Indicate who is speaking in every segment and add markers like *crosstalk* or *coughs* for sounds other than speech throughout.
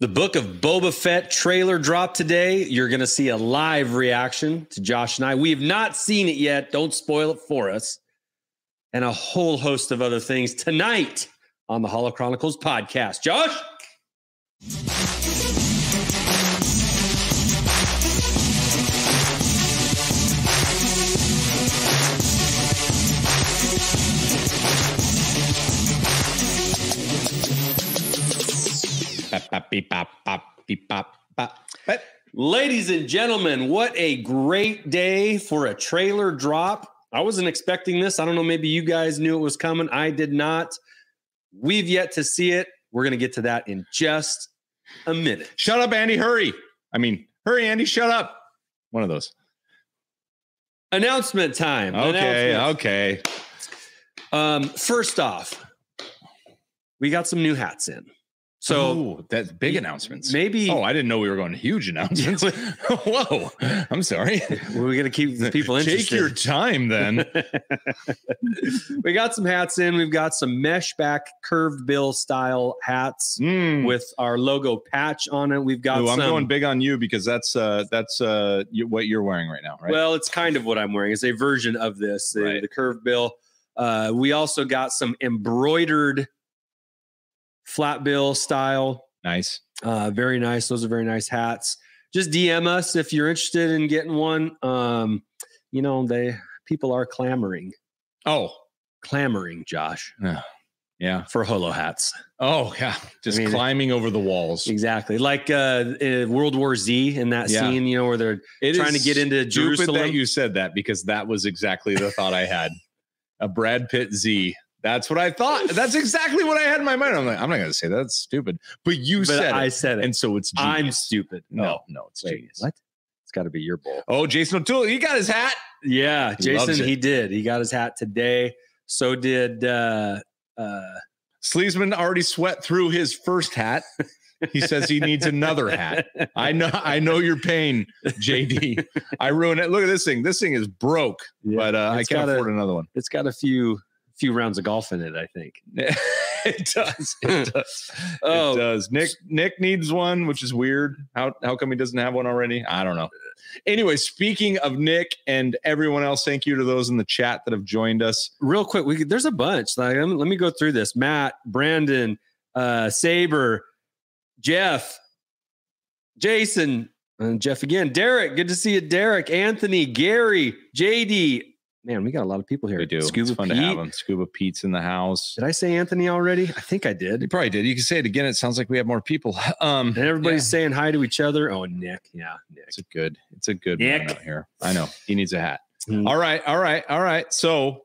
Speaker 1: The book of Boba Fett trailer dropped today. You're going to see a live reaction to Josh and I. We have not seen it yet. Don't spoil it for us. And a whole host of other things tonight on the Hollow Chronicles podcast. Josh? Bop, beep, bop, bop, beep, bop, bop.
Speaker 2: But-
Speaker 1: Ladies and gentlemen, what a great day for a trailer drop. I wasn't expecting this. I don't know. Maybe you guys knew it was coming. I did not. We've yet to see it. We're going to get to that in just a minute.
Speaker 2: Shut up, Andy. Hurry. I mean, hurry, Andy. Shut up. One of those.
Speaker 1: Announcement time.
Speaker 2: Okay.
Speaker 1: Announcements.
Speaker 2: Okay.
Speaker 1: Um, first off, we got some new hats in. So
Speaker 2: Ooh, that's big announcements.
Speaker 1: maybe
Speaker 2: Oh, I didn't know we were going to huge announcements. Whoa. I'm sorry.
Speaker 1: we're going to
Speaker 2: *laughs*
Speaker 1: keep the people
Speaker 2: Take
Speaker 1: interested.
Speaker 2: your time then.
Speaker 1: *laughs* we got some hats in. We've got some mesh back curved bill style hats
Speaker 2: Mm.
Speaker 1: with our logo patch on it. We've got
Speaker 2: Ooh, I'm
Speaker 1: some.
Speaker 2: going big on you because that's uh that's uh you, what you're wearing right now, right?
Speaker 1: Well, it's kind of what I'm wearing. It's a version of this, the,
Speaker 2: Right.
Speaker 1: the curved bill. Uh, we also got some embroidered flat bill style
Speaker 2: nice.
Speaker 1: Uh, very nice. Those are very nice hats. Just DM us if you're interested in getting one. Um, you know, they people are clamoring,
Speaker 2: Oh,
Speaker 1: clamoring, Josh,
Speaker 2: yeah.
Speaker 1: for holo hats.
Speaker 2: Oh, yeah. Just
Speaker 1: I mean-
Speaker 2: climbing over the walls.
Speaker 1: Exactly. Like uh, uh World War Z in that
Speaker 2: Yeah.
Speaker 1: scene, you know, where they're
Speaker 2: It
Speaker 1: trying to
Speaker 2: is
Speaker 1: get into
Speaker 2: stupid
Speaker 1: Jerusalem.
Speaker 2: that you said that because that was exactly the thought I had. A Brad Pitt Z. That's what I thought. That's exactly what I had in my mind. I'm like, I'm not gonna say that. that's stupid. But you
Speaker 1: but
Speaker 2: said
Speaker 1: I
Speaker 2: it,
Speaker 1: said it.
Speaker 2: and so it's genius.
Speaker 1: I'm stupid.
Speaker 2: no,
Speaker 1: No.
Speaker 2: no, it's
Speaker 1: Wait,
Speaker 2: genius.
Speaker 1: what? It's got to be your bowl.
Speaker 2: Oh, Jason O'Toole, he got his hat.
Speaker 1: Yeah,
Speaker 2: He loves
Speaker 1: Jason,
Speaker 2: it.
Speaker 1: he did. He got his hat today. So did uh uh
Speaker 2: Sleesman already sweat through his first hat. He says he needs another hat. I know, I know your pain, JD. I ruin it. Look at this thing. This thing is broke,
Speaker 1: yeah.
Speaker 2: but uh, I
Speaker 1: It's
Speaker 2: can't
Speaker 1: got a-
Speaker 2: afford another one.
Speaker 1: *laughs* it's got a few few rounds of golf in it, I think.
Speaker 2: *laughs* it does. *laughs* It does.
Speaker 1: Oh.
Speaker 2: It does. Nick Nick needs one, which is weird. How how come he doesn't have one already? I don't know. Anyway, speaking of Nick and everyone else, thank you to those in the chat that have joined us.
Speaker 1: real quick, we could- there's a bunch. Like, um, let me go through this. Matt, Brandon, uh, Saber, Jeff, Jason, and Jeff again. Derek, good to see you. Derek, Anthony, Gary, JD. Man, we got a lot of people here.
Speaker 2: We do.
Speaker 1: Scuba
Speaker 2: it's fun
Speaker 1: Pete.
Speaker 2: to have them. Scuba Pete's in the house.
Speaker 1: Did I say Anthony already? I think I did.
Speaker 2: You probably did. You can say it again. It sounds like we have more people. *laughs* Um,
Speaker 1: And everybody's saying hi to each other. Oh, Nick. Yeah, Nick.
Speaker 2: It's a good, it's a good
Speaker 1: Nick.
Speaker 2: one out here. I know he needs a hat.
Speaker 1: Mm.
Speaker 2: All right, all right, all right. So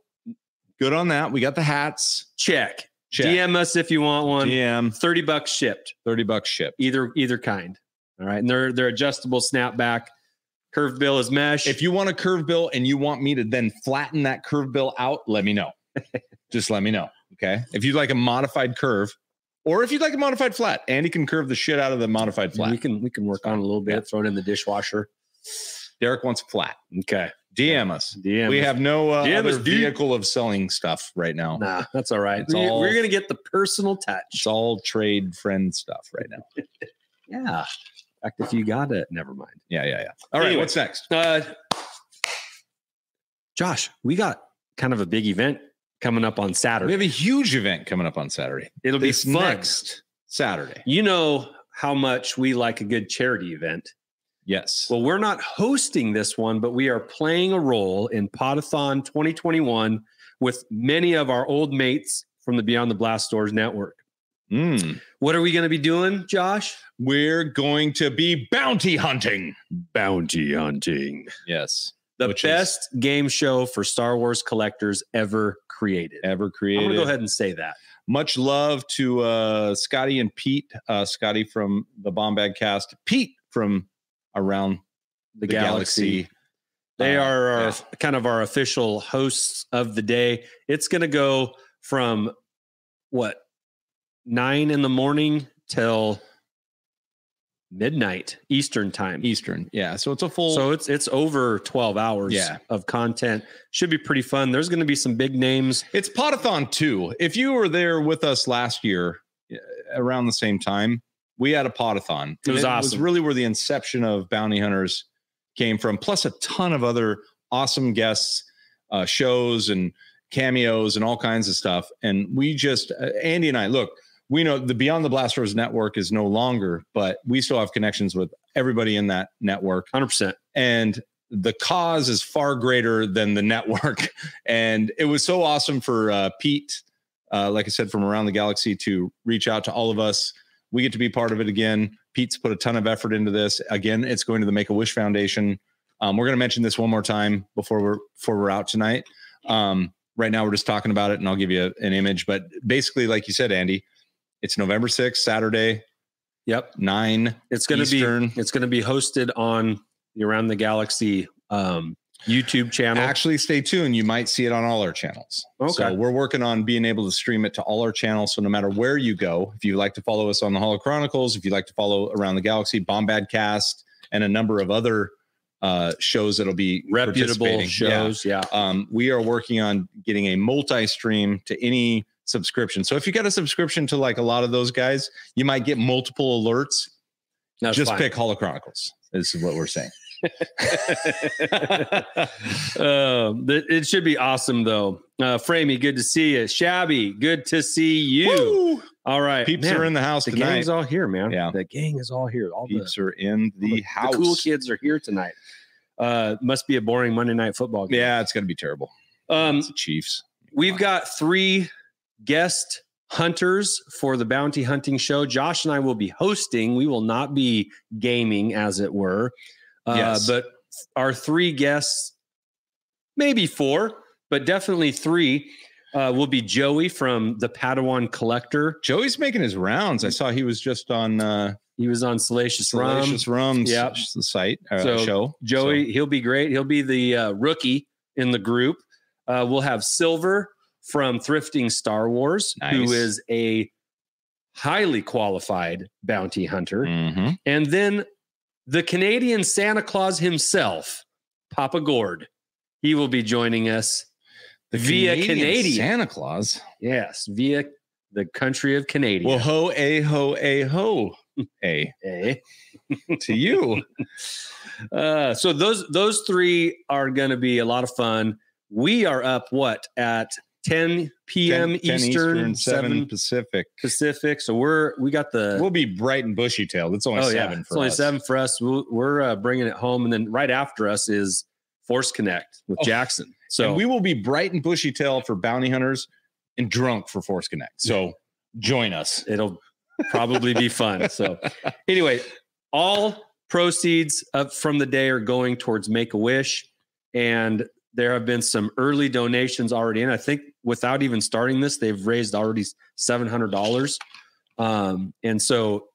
Speaker 2: good on that. We got the hats.
Speaker 1: Check.
Speaker 2: Check.
Speaker 1: DM us if you want one.
Speaker 2: DM
Speaker 1: 30 bucks shipped.
Speaker 2: thirty bucks ship.
Speaker 1: Either either kind. All right. And they're they're adjustable snapback. Curved bill is mesh.
Speaker 2: If you want a curve bill and you want me to then flatten that curve bill out, let me
Speaker 1: *laughs*
Speaker 2: know. Just let me know. Okay. If you'd like a modified curve, or if you'd like a modified flat, Andy can curve the shit out of the modified
Speaker 1: We
Speaker 2: flat.
Speaker 1: can we can work on it a little bit.
Speaker 2: Yeah.
Speaker 1: Throw it in the dishwasher.
Speaker 2: Derek wants a flat.
Speaker 1: Okay.
Speaker 2: DM us.
Speaker 1: DM.
Speaker 2: we
Speaker 1: us.
Speaker 2: have no uh,
Speaker 1: DM
Speaker 2: other
Speaker 1: us, dude.
Speaker 2: vehicle of selling stuff right
Speaker 1: *laughs*
Speaker 2: now.
Speaker 1: nah. That's all right.
Speaker 2: It's
Speaker 1: We-
Speaker 2: all-
Speaker 1: We're gonna get the personal touch.
Speaker 2: It's all trade friend stuff right now.
Speaker 1: Yeah. In fact, if you got it, never mind.
Speaker 2: Yeah, yeah, yeah. All right,
Speaker 1: Anyway.
Speaker 2: what's next?
Speaker 1: Uh, Josh, we got kind of a big event coming up on
Speaker 2: We
Speaker 1: Saturday.
Speaker 2: have a huge event coming up on Saturday.
Speaker 1: It'll be
Speaker 2: This
Speaker 1: fun.
Speaker 2: next Saturday.
Speaker 1: You know how much we like a good charity event.
Speaker 2: Yes.
Speaker 1: Well, we're not hosting this one, but we are playing a role in Potathon 2021 with many of our old mates from the Beyond the Blast Doors network.
Speaker 2: Mm.
Speaker 1: What are we going to be doing, Josh?
Speaker 2: We're going to be bounty hunting.
Speaker 1: Bounty hunting.
Speaker 2: Yes.
Speaker 1: The
Speaker 2: Which is-
Speaker 1: best game show for Star Wars collectors ever created.
Speaker 2: Ever
Speaker 1: I'm
Speaker 2: created.
Speaker 1: going to go ahead and say that.
Speaker 2: Much love to uh, Scotty and Pete. Uh, Scotty from the Bomb Bag Cast. Pete from around
Speaker 1: The, Galaxy. They
Speaker 2: Uh,
Speaker 1: are our,
Speaker 2: yeah.
Speaker 1: kind of our official hosts of the day. It's going to go from what, nine in the morning till midnight Eastern time.
Speaker 2: Eastern. Yeah. So it's a full.
Speaker 1: So it's it's over 12 hours
Speaker 2: Yeah.
Speaker 1: of content. Should be pretty fun. There's going to be some big names.
Speaker 2: It's Potathon 2. If you were there with us last year eh, around the same time, we had a potathon.
Speaker 1: It was
Speaker 2: And It was
Speaker 1: awesome.
Speaker 2: really where the inception of Bounty Hunters came from, plus a ton of other awesome guests, uh, shows, and cameos, and all kinds of stuff. And we just, uh, Andy and I, look, we know the Beyond the Blast Doors network is no longer, but we still have connections with everybody in that network
Speaker 1: Hundred percent.
Speaker 2: and the cause is far greater than the network. *laughs* And it was so awesome for uh, Pete, uh, like I said, from around the galaxy to reach out to all of us. We get to be part of it again. Pete's put a ton of effort into this. Again, it's going to the Make a Wish Foundation. Um, we're going to mention this one more time before we're before we're out tonight. Um, right now, we're just talking about it, and I'll give you a- an image. But basically, like you said, Andy, it's November sixth, Saturday,
Speaker 1: Yep.
Speaker 2: nine
Speaker 1: It's gonna
Speaker 2: Eastern.
Speaker 1: be it's gonna be hosted on the Around the Galaxy um, YouTube channel.
Speaker 2: Actually, stay tuned. You might see it on all our channels.
Speaker 1: Okay.
Speaker 2: So we're working on being able to stream it to all our channels. So no matter where you go, if you like to follow us on the Hollow Chronicles, if you like to follow around the galaxy, Bombad Cast, and a number of other uh, shows that'll be
Speaker 1: reputable
Speaker 2: participating. Yeah.
Speaker 1: shows. Yeah.
Speaker 2: Um, we are working on getting a multi-stream to any subscription. So if you got a subscription to like a lot of those guys, you might get multiple alerts.
Speaker 1: That's
Speaker 2: Just
Speaker 1: fine.
Speaker 2: pick Hollow Chronicles. This is what we're saying.
Speaker 1: um, th- it should be awesome though. Uh, Framey, good to see you. Shabby, good to see you.
Speaker 2: Woo!
Speaker 1: All right,
Speaker 2: Peeps
Speaker 1: man,
Speaker 2: are in the house
Speaker 1: the
Speaker 2: tonight.
Speaker 1: gang's all here, man.
Speaker 2: Yeah.
Speaker 1: the gang is all here. All the,
Speaker 2: Peeps are in the,
Speaker 1: all the-
Speaker 2: house.
Speaker 1: the cool kids are here tonight. Uh, must be a boring Monday night football game.
Speaker 2: Yeah, it's gonna be terrible.
Speaker 1: Um,
Speaker 2: It's the Chiefs.
Speaker 1: We've got three guest hunters for the bounty hunting show. Josh and I will be hosting. We will not be gaming, as it were. Uh,
Speaker 2: Yes.
Speaker 1: But our three guests, maybe four, but definitely three, uh, will be Joey from the Padawan Collector.
Speaker 2: Joey's making his rounds. I saw he was just on uh,
Speaker 1: He was on Salacious Rum.
Speaker 2: Salacious Rum's
Speaker 1: Yep.
Speaker 2: site uh,
Speaker 1: So,
Speaker 2: show.
Speaker 1: Joey, he'll be great. He'll be the uh, rookie in the group. Uh, we'll have Silver from Thrifting Star Wars,
Speaker 2: Nice.
Speaker 1: who is a highly qualified bounty hunter.
Speaker 2: So- Mhm.
Speaker 1: And then the Canadian Santa Claus himself, Papa Gord. He will be joining us.
Speaker 2: The
Speaker 1: Via Canadian.
Speaker 2: Santa Claus.
Speaker 1: Yes, via the country of Canada.
Speaker 2: Well, ho a ho a ho a
Speaker 1: Eh? *laughs*
Speaker 2: to you.
Speaker 1: Uh, so those those three are going to be a lot of fun. We are up what at 10 p.m.
Speaker 2: 10 10
Speaker 1: Eastern,
Speaker 2: seven,
Speaker 1: 7
Speaker 2: Pacific.
Speaker 1: Pacific. So we're we got the
Speaker 2: We'll be bright and bushy tailed. It's only
Speaker 1: oh yeah,
Speaker 2: seven for
Speaker 1: it's only
Speaker 2: us.
Speaker 1: seven for us. We'll, we're uh, bringing it home, and then right after us is Force Connect with
Speaker 2: Oh.
Speaker 1: Jackson.
Speaker 2: So
Speaker 1: So
Speaker 2: we will be bright and bushy tailed for bounty hunters and drunk for Force Connect. So join us.
Speaker 1: it'll probably be fun. So anyway, all proceeds of, from the day are going towards Make a Wish, and there have been some early donations already. And I think without even starting this, they've raised already seven hundred dollars. Um, and so,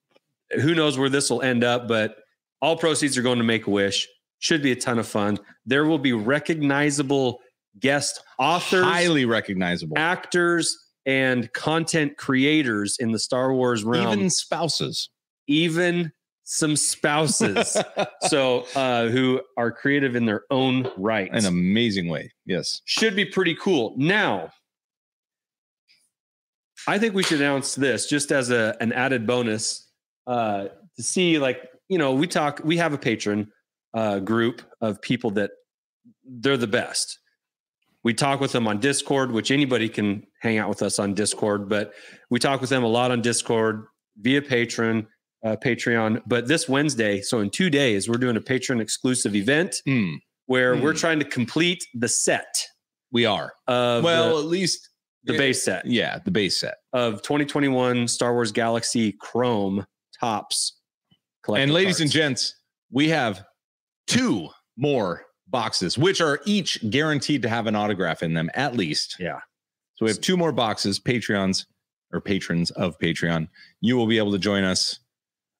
Speaker 1: who knows where this will end up? But all proceeds are going to Make a Wish. Should be a ton of fun. There will be recognizable guest authors
Speaker 2: Highly recognizable.
Speaker 1: actors and content creators in the Star Wars realm,
Speaker 2: Even
Speaker 1: even,
Speaker 2: *laughs* spouses.
Speaker 1: some
Speaker 2: *laughs*
Speaker 1: spouses, so uh, who are creative in their own right.
Speaker 2: *laughs* an amazing way. Yes.
Speaker 1: Should be pretty cool. Now, I think we should announce this just as a an added bonus uh, to see, like you know, we talk, we have a patron uh, group of people that they're the best. We talk with them on Discord, which anybody can hang out with us on Discord, but we talk with them a lot on Discord via Patreon, uh, Patreon. But this Wednesday, so in two days, we're doing a patron exclusive event
Speaker 2: Mm,
Speaker 1: where
Speaker 2: Hmm.
Speaker 1: we're trying to complete the set
Speaker 2: we are.
Speaker 1: of
Speaker 2: well,
Speaker 1: well,
Speaker 2: at least
Speaker 1: the, the base set
Speaker 2: yeah, the base set.
Speaker 1: of 2021 Star Wars Galaxy Chrome tops.
Speaker 2: And
Speaker 1: collector
Speaker 2: ladies and
Speaker 1: cards.
Speaker 2: gents, we have two more boxes, which are each guaranteed to have an autograph in them, at least.
Speaker 1: Yeah.
Speaker 2: So we have two more boxes, Patreons or patrons of Patreon. You will be able to join us.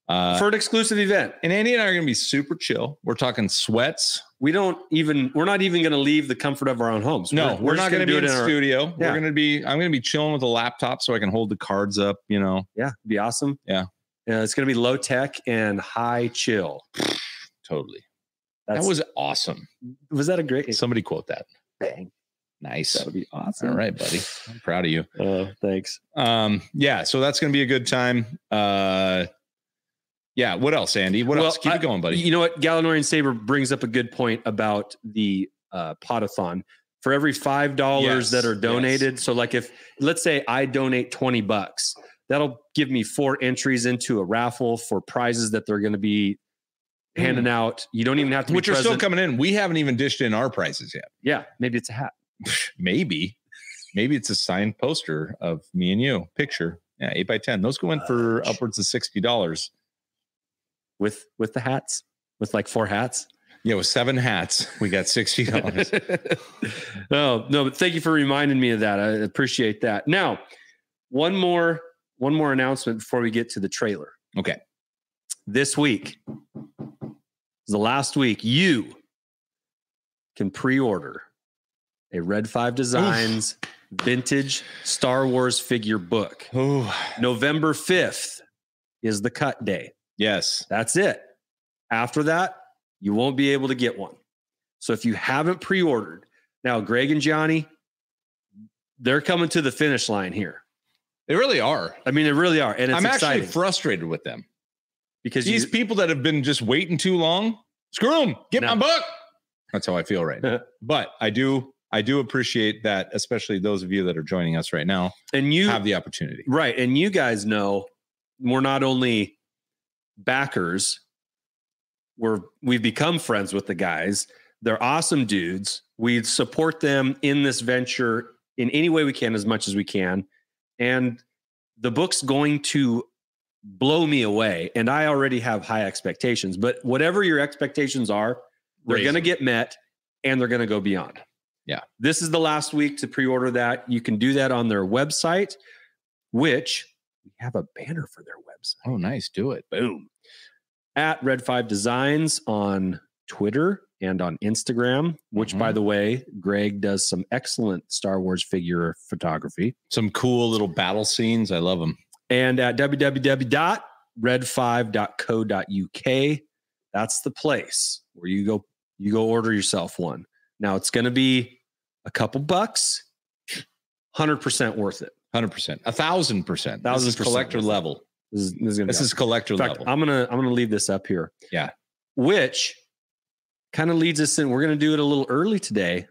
Speaker 2: Uh,
Speaker 1: for an exclusive event,
Speaker 2: and Andy and I are going to be super chill. We're talking sweats.
Speaker 1: we don't even we're not even going to leave the comfort of our own homes.
Speaker 2: No, we're, not
Speaker 1: just
Speaker 2: going to
Speaker 1: gonna
Speaker 2: be in
Speaker 1: our-
Speaker 2: studio.
Speaker 1: Yeah.
Speaker 2: We're going to be. I'm going to be chilling with a laptop so I can hold the cards up. You know,
Speaker 1: Yeah, it'd be awesome.
Speaker 2: Yeah.
Speaker 1: Uh, it's going to be low tech and high chill.
Speaker 2: totally.
Speaker 1: That's,
Speaker 2: that was awesome.
Speaker 1: was that a great
Speaker 2: Somebody quote that.
Speaker 1: bang?
Speaker 2: Nice.
Speaker 1: That would be awesome.
Speaker 2: All right, buddy. I'm proud of you.
Speaker 1: Uh, thanks.
Speaker 2: Um, yeah, so that's gonna be a good time. Uh Yeah. What else, Andy? What
Speaker 1: Well,
Speaker 2: else? Keep
Speaker 1: I-
Speaker 2: it going, buddy.
Speaker 1: You know what? Gallinorian Saber brings up a good point about the uh, potathon. For every five dollars
Speaker 2: Yes,
Speaker 1: that are
Speaker 2: yes.
Speaker 1: donated, so like if let's say I donate twenty bucks, that'll give me four entries into a raffle for prizes that they're going to be handing out. You don't even have to
Speaker 2: Hmm. Which
Speaker 1: be
Speaker 2: are still
Speaker 1: present.
Speaker 2: coming in. We haven't even dished in our prices yet.
Speaker 1: yeah, maybe it's a hat.
Speaker 2: Maybe. Maybe it's a signed poster of me and you. Picture. Yeah, eight by ten. Those go in for upwards of sixty dollars.
Speaker 1: with with the hats with like four hats
Speaker 2: Yeah, with seven hats, we got
Speaker 1: *laughs*
Speaker 2: sixty dollars.
Speaker 1: oh no but thank you for reminding me of that i appreciate that now one more one more announcement before we get to the trailer
Speaker 2: Okay.
Speaker 1: this week the last week you can pre-order a red five designs vintage star wars figure book
Speaker 2: oh,
Speaker 1: november 5th is the cut day
Speaker 2: yes.
Speaker 1: That's it. After that, you won't be able to get one. So if you haven't pre ordered, now Greg and Johnny, they're coming to the finish line here.
Speaker 2: They really are.
Speaker 1: I mean, they really are. And it's
Speaker 2: I'm
Speaker 1: exciting
Speaker 2: actually frustrated with them.
Speaker 1: because you,
Speaker 2: These people that have been just waiting too long, screw them. Get
Speaker 1: No.
Speaker 2: my book. That's how I feel
Speaker 1: *laughs*
Speaker 2: right now. but I do, I do appreciate that, especially those of you that are joining us right now
Speaker 1: and you
Speaker 2: have the opportunity.
Speaker 1: Right. And you guys know we're not only backers, we're we've become friends with the guys. They're awesome dudes. We support them in this venture in any way we can as much as we can. And the book's going to blow me away. And I already have high expectations, but whatever your expectations are, they're
Speaker 2: Raise
Speaker 1: going to
Speaker 2: them.
Speaker 1: get met and they're going to go beyond.
Speaker 2: Yeah.
Speaker 1: This is the last week to pre order that. You can do that on their website, which we have a banner for their website.
Speaker 2: Oh, nice. Do it.
Speaker 1: Boom. At Red Five Designs on Twitter and on Instagram, which, by the way, Greg does some excellent Star Wars figure photography.
Speaker 2: Some cool little battle scenes. I love them.
Speaker 1: And at www.red5.co.uk, that's the place where you go you go order yourself one. Now it's going to be a couple bucks, 100% worth it.
Speaker 2: 100%. A thousand percent. This
Speaker 1: Thousand
Speaker 2: is
Speaker 1: percent.
Speaker 2: collector level.
Speaker 1: This is, this is going to
Speaker 2: This is collector
Speaker 1: In fact,
Speaker 2: level.
Speaker 1: I'm gonna I'm gonna leave this up here.
Speaker 2: Yeah.
Speaker 1: Which kind of leads us in. We're gonna do it a little early today,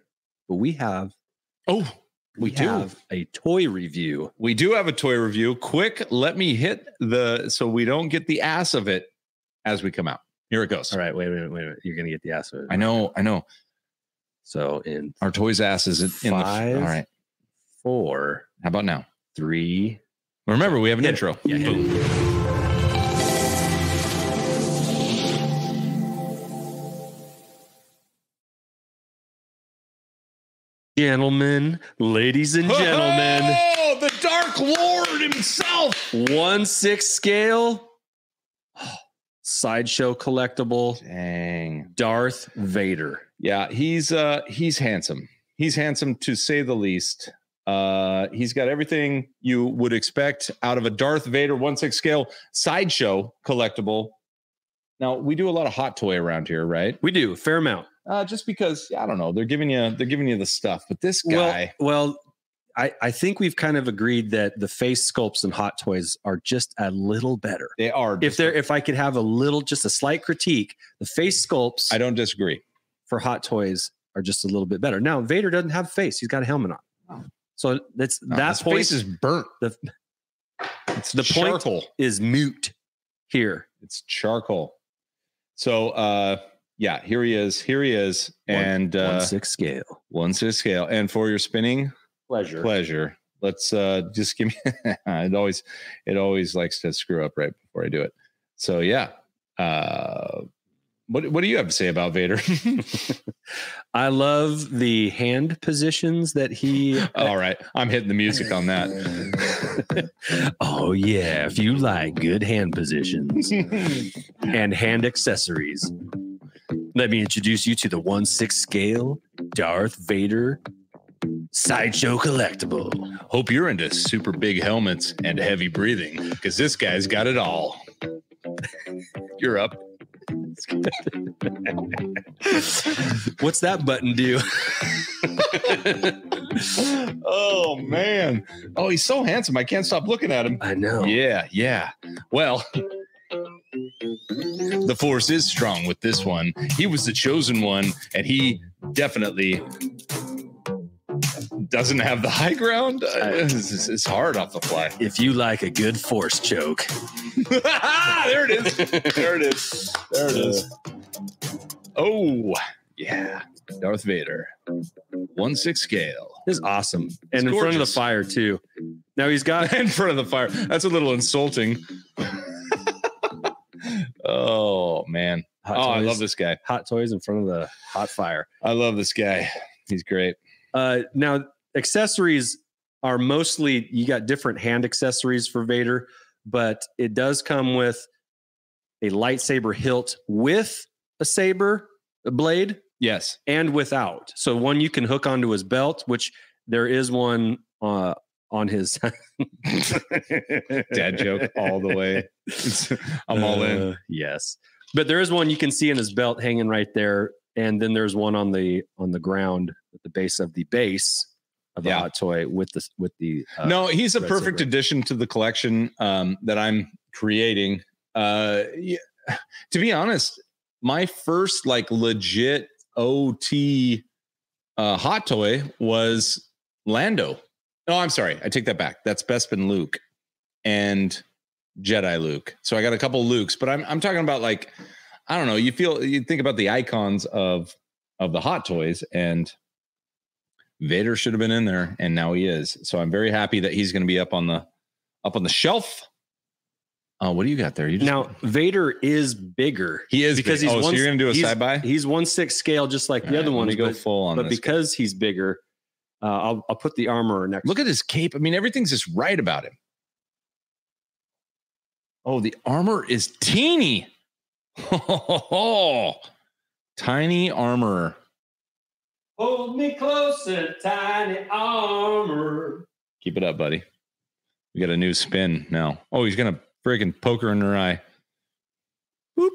Speaker 1: but we have
Speaker 2: oh, we, do.
Speaker 1: have a toy review.
Speaker 2: We do have a toy review. Quick, let me hit the so we don't get the ass of it as we come out. Here it goes.
Speaker 1: All right, wait a minute, wait a minute. You're gonna get the ass of it.
Speaker 2: I know, I know.
Speaker 1: So in
Speaker 2: Our toys ass is in
Speaker 1: Five.
Speaker 2: the. All right.
Speaker 1: four,
Speaker 2: How about now?
Speaker 1: three.
Speaker 2: Remember, we have an
Speaker 1: Hit it.
Speaker 2: intro.
Speaker 1: Yeah, hit it.
Speaker 2: Boom.
Speaker 1: Gentlemen, ladies and *laughs* gentlemen,
Speaker 2: Oh, the Dark Lord himself.
Speaker 1: one six scale sideshow collectible
Speaker 2: Dang.
Speaker 1: Darth Vader.
Speaker 2: Yeah, he's uh he's handsome. He's handsome to say the least. Uh he's got everything you would expect out of a Darth Vader 1/6 scale sideshow collectible. Now, we do a lot of hot toy around here, right?
Speaker 1: We do fair amount.
Speaker 2: Uh just because I don't know, they're giving you they're giving you the stuff, but this guy
Speaker 1: Well, well I, I think we've kind of agreed that the face sculpts and hot toys are just a little better.
Speaker 2: they are
Speaker 1: If there, if I could have a little, just a slight critique, the face sculpts
Speaker 2: I don't disagree.
Speaker 1: for hot toys are just a little bit better. Now Vader doesn't have a face; he's got a helmet on. So that's
Speaker 2: No,
Speaker 1: that
Speaker 2: his
Speaker 1: point
Speaker 2: face
Speaker 1: is,
Speaker 2: is burnt.
Speaker 1: the-
Speaker 2: it's
Speaker 1: the point-
Speaker 2: charcoal.
Speaker 1: mute here.
Speaker 2: It's charcoal. So uh yeah, here he is. Here he is.
Speaker 1: One-
Speaker 2: and uh
Speaker 1: One six scale
Speaker 2: one six scale. And for your spinning
Speaker 1: pleasure.
Speaker 2: pleasure, let's uh just give me *laughs* it always it always likes to screw up right before I do it. So yeah. Uh what what do you have to say about Vader? *laughs*
Speaker 1: I love the hand positions that
Speaker 2: *laughs*
Speaker 1: he.
Speaker 2: All right, I'm hitting the music on that.
Speaker 1: oh yeah, if you like good hand *laughs* positions. and hand accessories. Let me introduce you to the 1 6 scale Darth Vader Sideshow *laughs* Collectible.
Speaker 2: *laughs* Hope you're into super big helmets and heavy breathing because this guy's got it all. *laughs* You're up.
Speaker 1: What's that button do?
Speaker 2: oh man. Oh, he's so handsome. I can't stop looking at him.
Speaker 1: I know.
Speaker 2: Yeah, yeah. Well, The force is strong with this one. He was the chosen one, and he definitely doesn't have the high ground. Uh, It's, it's- it's hard off the fly. *laughs*
Speaker 1: If you like a good force choke,
Speaker 2: there it is. There it is. There it is. Oh, yeah. Darth Vader. One six scale.
Speaker 1: it's awesome. And in front of the
Speaker 2: gorgeous.
Speaker 1: fire too. Now he's got
Speaker 2: *laughs* in front of the fire. That's a little insulting. oh man.
Speaker 1: hot
Speaker 2: oh, I
Speaker 1: toys-
Speaker 2: love this guy.
Speaker 1: hot toys in front of the hot fire.
Speaker 2: I love this guy. He's great.
Speaker 1: Uh, now accessories are mostly you got different hand accessories for Vader, but it does come with a lightsaber hilt with a saber blade
Speaker 2: Yes.
Speaker 1: and without. So one you can hook onto his belt, which there is one uh, on his *laughs*
Speaker 2: Dad *laughs* joke all the way. It's- I'm all in.
Speaker 1: Uh, yes, but there is one you can see in his belt hanging right there, and then there's one on the on the ground at the base of the base of the
Speaker 2: Yeah.
Speaker 1: hot toy with the with the uh,
Speaker 2: no, he's a
Speaker 1: Red
Speaker 2: perfect
Speaker 1: Silver.
Speaker 2: addition to the collection um, that I'm creating. Uh, yeah. To be honest, my first like legit OT uh, hot toy was Lando. No, I'm sorry. I take that back. That's Bespin Luke and Jedi Luke. So I got a couple Lukes, but I'm I'm talking about like I don't know. You feel you think about the icons of of the hot toys and Vader should have been in there, and now he is. So I'm very happy that he's going to be up on the up on the shelf. Uh, what do you got there? You just,
Speaker 1: Now Vader is bigger.
Speaker 2: he is
Speaker 1: because
Speaker 2: because
Speaker 1: he's
Speaker 2: he's. Oh,
Speaker 1: one-
Speaker 2: so you're going to do a
Speaker 1: he's-
Speaker 2: side by?
Speaker 1: He's one six scale, just like the other
Speaker 2: one.
Speaker 1: ones.
Speaker 2: We go
Speaker 1: but
Speaker 2: full on.
Speaker 1: but
Speaker 2: this guy.
Speaker 1: because he's bigger, uh, I'll I'll put the armor next.
Speaker 2: Look at his cape. I mean, everything's just right about him. Oh, the armor is teeny. *laughs* Tiny armor.
Speaker 1: hold me close and tiny armor.
Speaker 2: Keep it up, buddy. We got a new spin now. Oh, he's gonna freaking poke her in her eye. Whoop.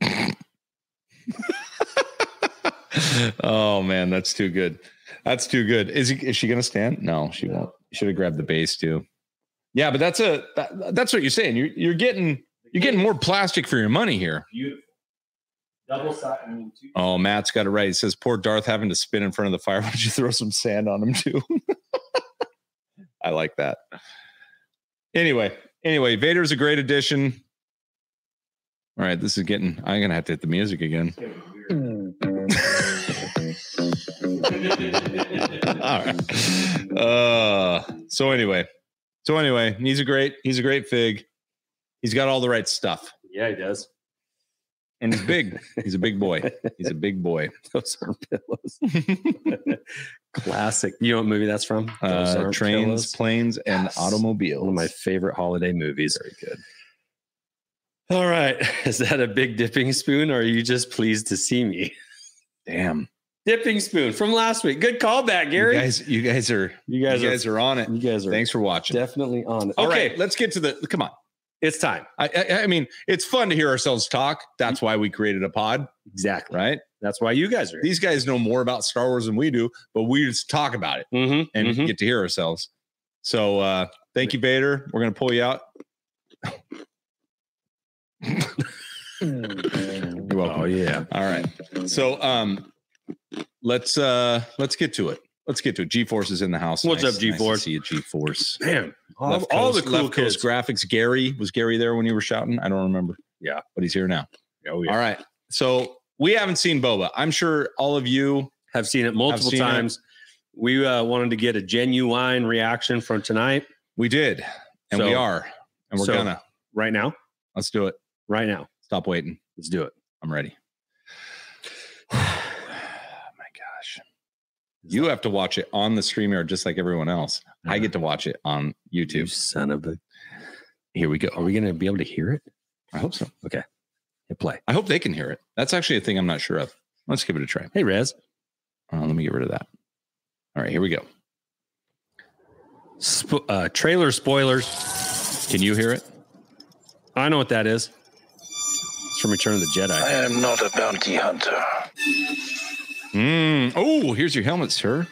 Speaker 2: *laughs* oh man, that's too good. That's too good. Is he, is she gonna stand? No, she won't. You should have grabbed the base too. Yeah, but that's a that, that's what you're saying. You're you're getting you're getting more plastic for your money here.
Speaker 1: Beautiful. Double side. I mean, two.
Speaker 2: Oh, Matt's got it right. He says, "Poor Darth having to spin in front of the fire. *laughs* Why don't you throw some sand on him too?" *laughs* I like that. Anyway, anyway, Vader's a great addition. All right, this is getting. I'm gonna have to hit the music again. *laughs*
Speaker 1: *laughs*
Speaker 2: All right. Uh, so anyway, so anyway, he's a great. He's a great fig. He's got all the right stuff,
Speaker 1: Yeah, he does.
Speaker 2: and he's big. he's a big boy. He's a big boy.
Speaker 1: Those are pillows. *laughs* Classic. You know what movie that's from? Those
Speaker 2: Uh,
Speaker 1: Aren't
Speaker 2: trains,
Speaker 1: Pillows.
Speaker 2: planes, and
Speaker 1: Yes.
Speaker 2: automobiles.
Speaker 1: One of my favorite holiday movies.
Speaker 2: Very good.
Speaker 1: All right. *laughs* Is that a big dipping spoon or are you just pleased to see me?
Speaker 2: Damn.
Speaker 1: Dipping spoon from last week. Good callback, Gary.
Speaker 2: You guys, you guys are
Speaker 1: You
Speaker 2: you
Speaker 1: guys,
Speaker 2: guys, are, on it.
Speaker 1: are, you guys are
Speaker 2: Thanks for watching.
Speaker 1: definitely on it.
Speaker 2: All
Speaker 1: okay.
Speaker 2: right, let's get to the come on.
Speaker 1: It's time.
Speaker 2: I, I I mean, it's fun to hear ourselves talk. That's why we created a pod,
Speaker 1: Exactly.
Speaker 2: right?
Speaker 1: That's why you guys are here.
Speaker 2: These guys know more about Star Wars than we do, but we just talk about it
Speaker 1: Mhm,
Speaker 2: and
Speaker 1: mhm.
Speaker 2: get to hear ourselves. So uh thank you, Vader. We're gonna pull you out. *laughs* You're welcome.
Speaker 1: Oh, yeah.
Speaker 2: All right. So um let's uh let's get to it. Let's get to it. G Force is in the house.
Speaker 1: What's up,
Speaker 2: to
Speaker 1: G-Force?
Speaker 2: see you, G Force.
Speaker 1: Man, all,
Speaker 2: Left
Speaker 1: all
Speaker 2: Coast-
Speaker 1: the cool
Speaker 2: Left Coast
Speaker 1: kids.
Speaker 2: graphics. Gary was Gary there when you were shouting? I don't remember.
Speaker 1: Yeah.
Speaker 2: but he's here now.
Speaker 1: Oh, yeah.
Speaker 2: All right. So we haven't seen Boba. I'm sure all of you.
Speaker 1: have seen it multiple
Speaker 2: seen it.
Speaker 1: times. We uh, wanted to get a genuine reaction from tonight,
Speaker 2: We did, and we
Speaker 1: So-
Speaker 2: are, and we're
Speaker 1: so-
Speaker 2: gonna.
Speaker 1: right now,
Speaker 2: Let's do it.
Speaker 1: right now.
Speaker 2: Stop waiting.
Speaker 1: Let's
Speaker 2: *sighs*
Speaker 1: do it.
Speaker 2: I'm ready. My gosh. You have to watch it on the streamer just like everyone else. I get to watch it on
Speaker 1: You
Speaker 2: YouTube.
Speaker 1: son of a.
Speaker 2: Here we go.
Speaker 1: Are we going to be able to hear it?
Speaker 2: I hope so.
Speaker 1: Hit play.
Speaker 2: I hope they can hear it. That's actually a thing I'm not sure of. Let's give it a try.
Speaker 1: Hey, Rez.
Speaker 2: Uh, let me get rid of that. All right, here we go.
Speaker 1: Sp- uh, trailer spoilers.
Speaker 2: Can you hear it?
Speaker 1: I know what that is. It's from Return of the
Speaker 3: I
Speaker 1: Jedi.
Speaker 3: am not a bounty hunter.
Speaker 2: Mm. Oh, here's your helmet, sir.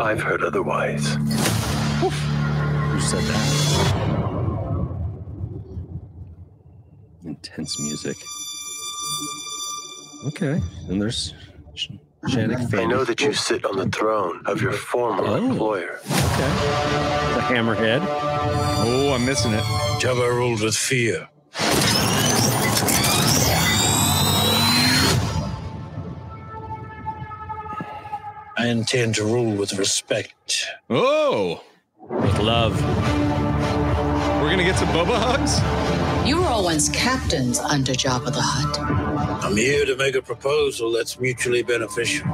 Speaker 3: I've heard otherwise.
Speaker 1: Who said that? intense music. Okay, and there's Sh- Shannick
Speaker 3: I
Speaker 1: Fanny.
Speaker 3: know that you sit on the throne of your former
Speaker 1: Oh.
Speaker 3: employer.
Speaker 1: the hammerhead.
Speaker 2: Oh, I'm missing it.
Speaker 4: Jabba ruled with fear. I intend to rule with respect.
Speaker 2: Oh,
Speaker 1: With love,
Speaker 2: we're gonna get some Boba hugs.
Speaker 5: You were all once captains under Jabba the Hutt.
Speaker 4: I'm here to make a proposal that's mutually beneficial.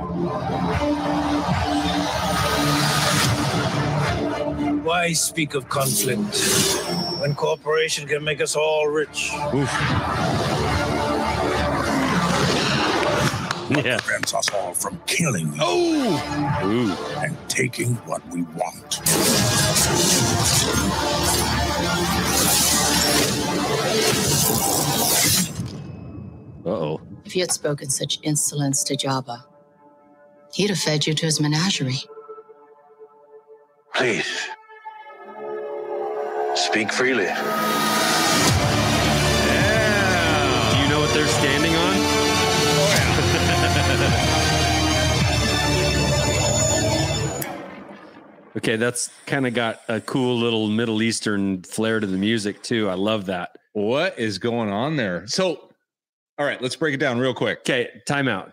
Speaker 4: Why speak of conflict when cooperation can make us all rich?
Speaker 1: yeah.
Speaker 4: Prevents us all from killing
Speaker 2: Oh,
Speaker 1: Ooh,
Speaker 4: and taking what we want.
Speaker 1: uh oh.
Speaker 5: If you had spoken such insolence to Jabba, he'd have fed you to his menagerie.
Speaker 3: Please. Speak freely.
Speaker 1: Do you know what they're standing on? *laughs* Okay, that's kind of got a cool little Middle Eastern flair to the music too. I love that.
Speaker 2: what is going on there? So, all right, let's break it down real quick.
Speaker 1: Okay, timeout.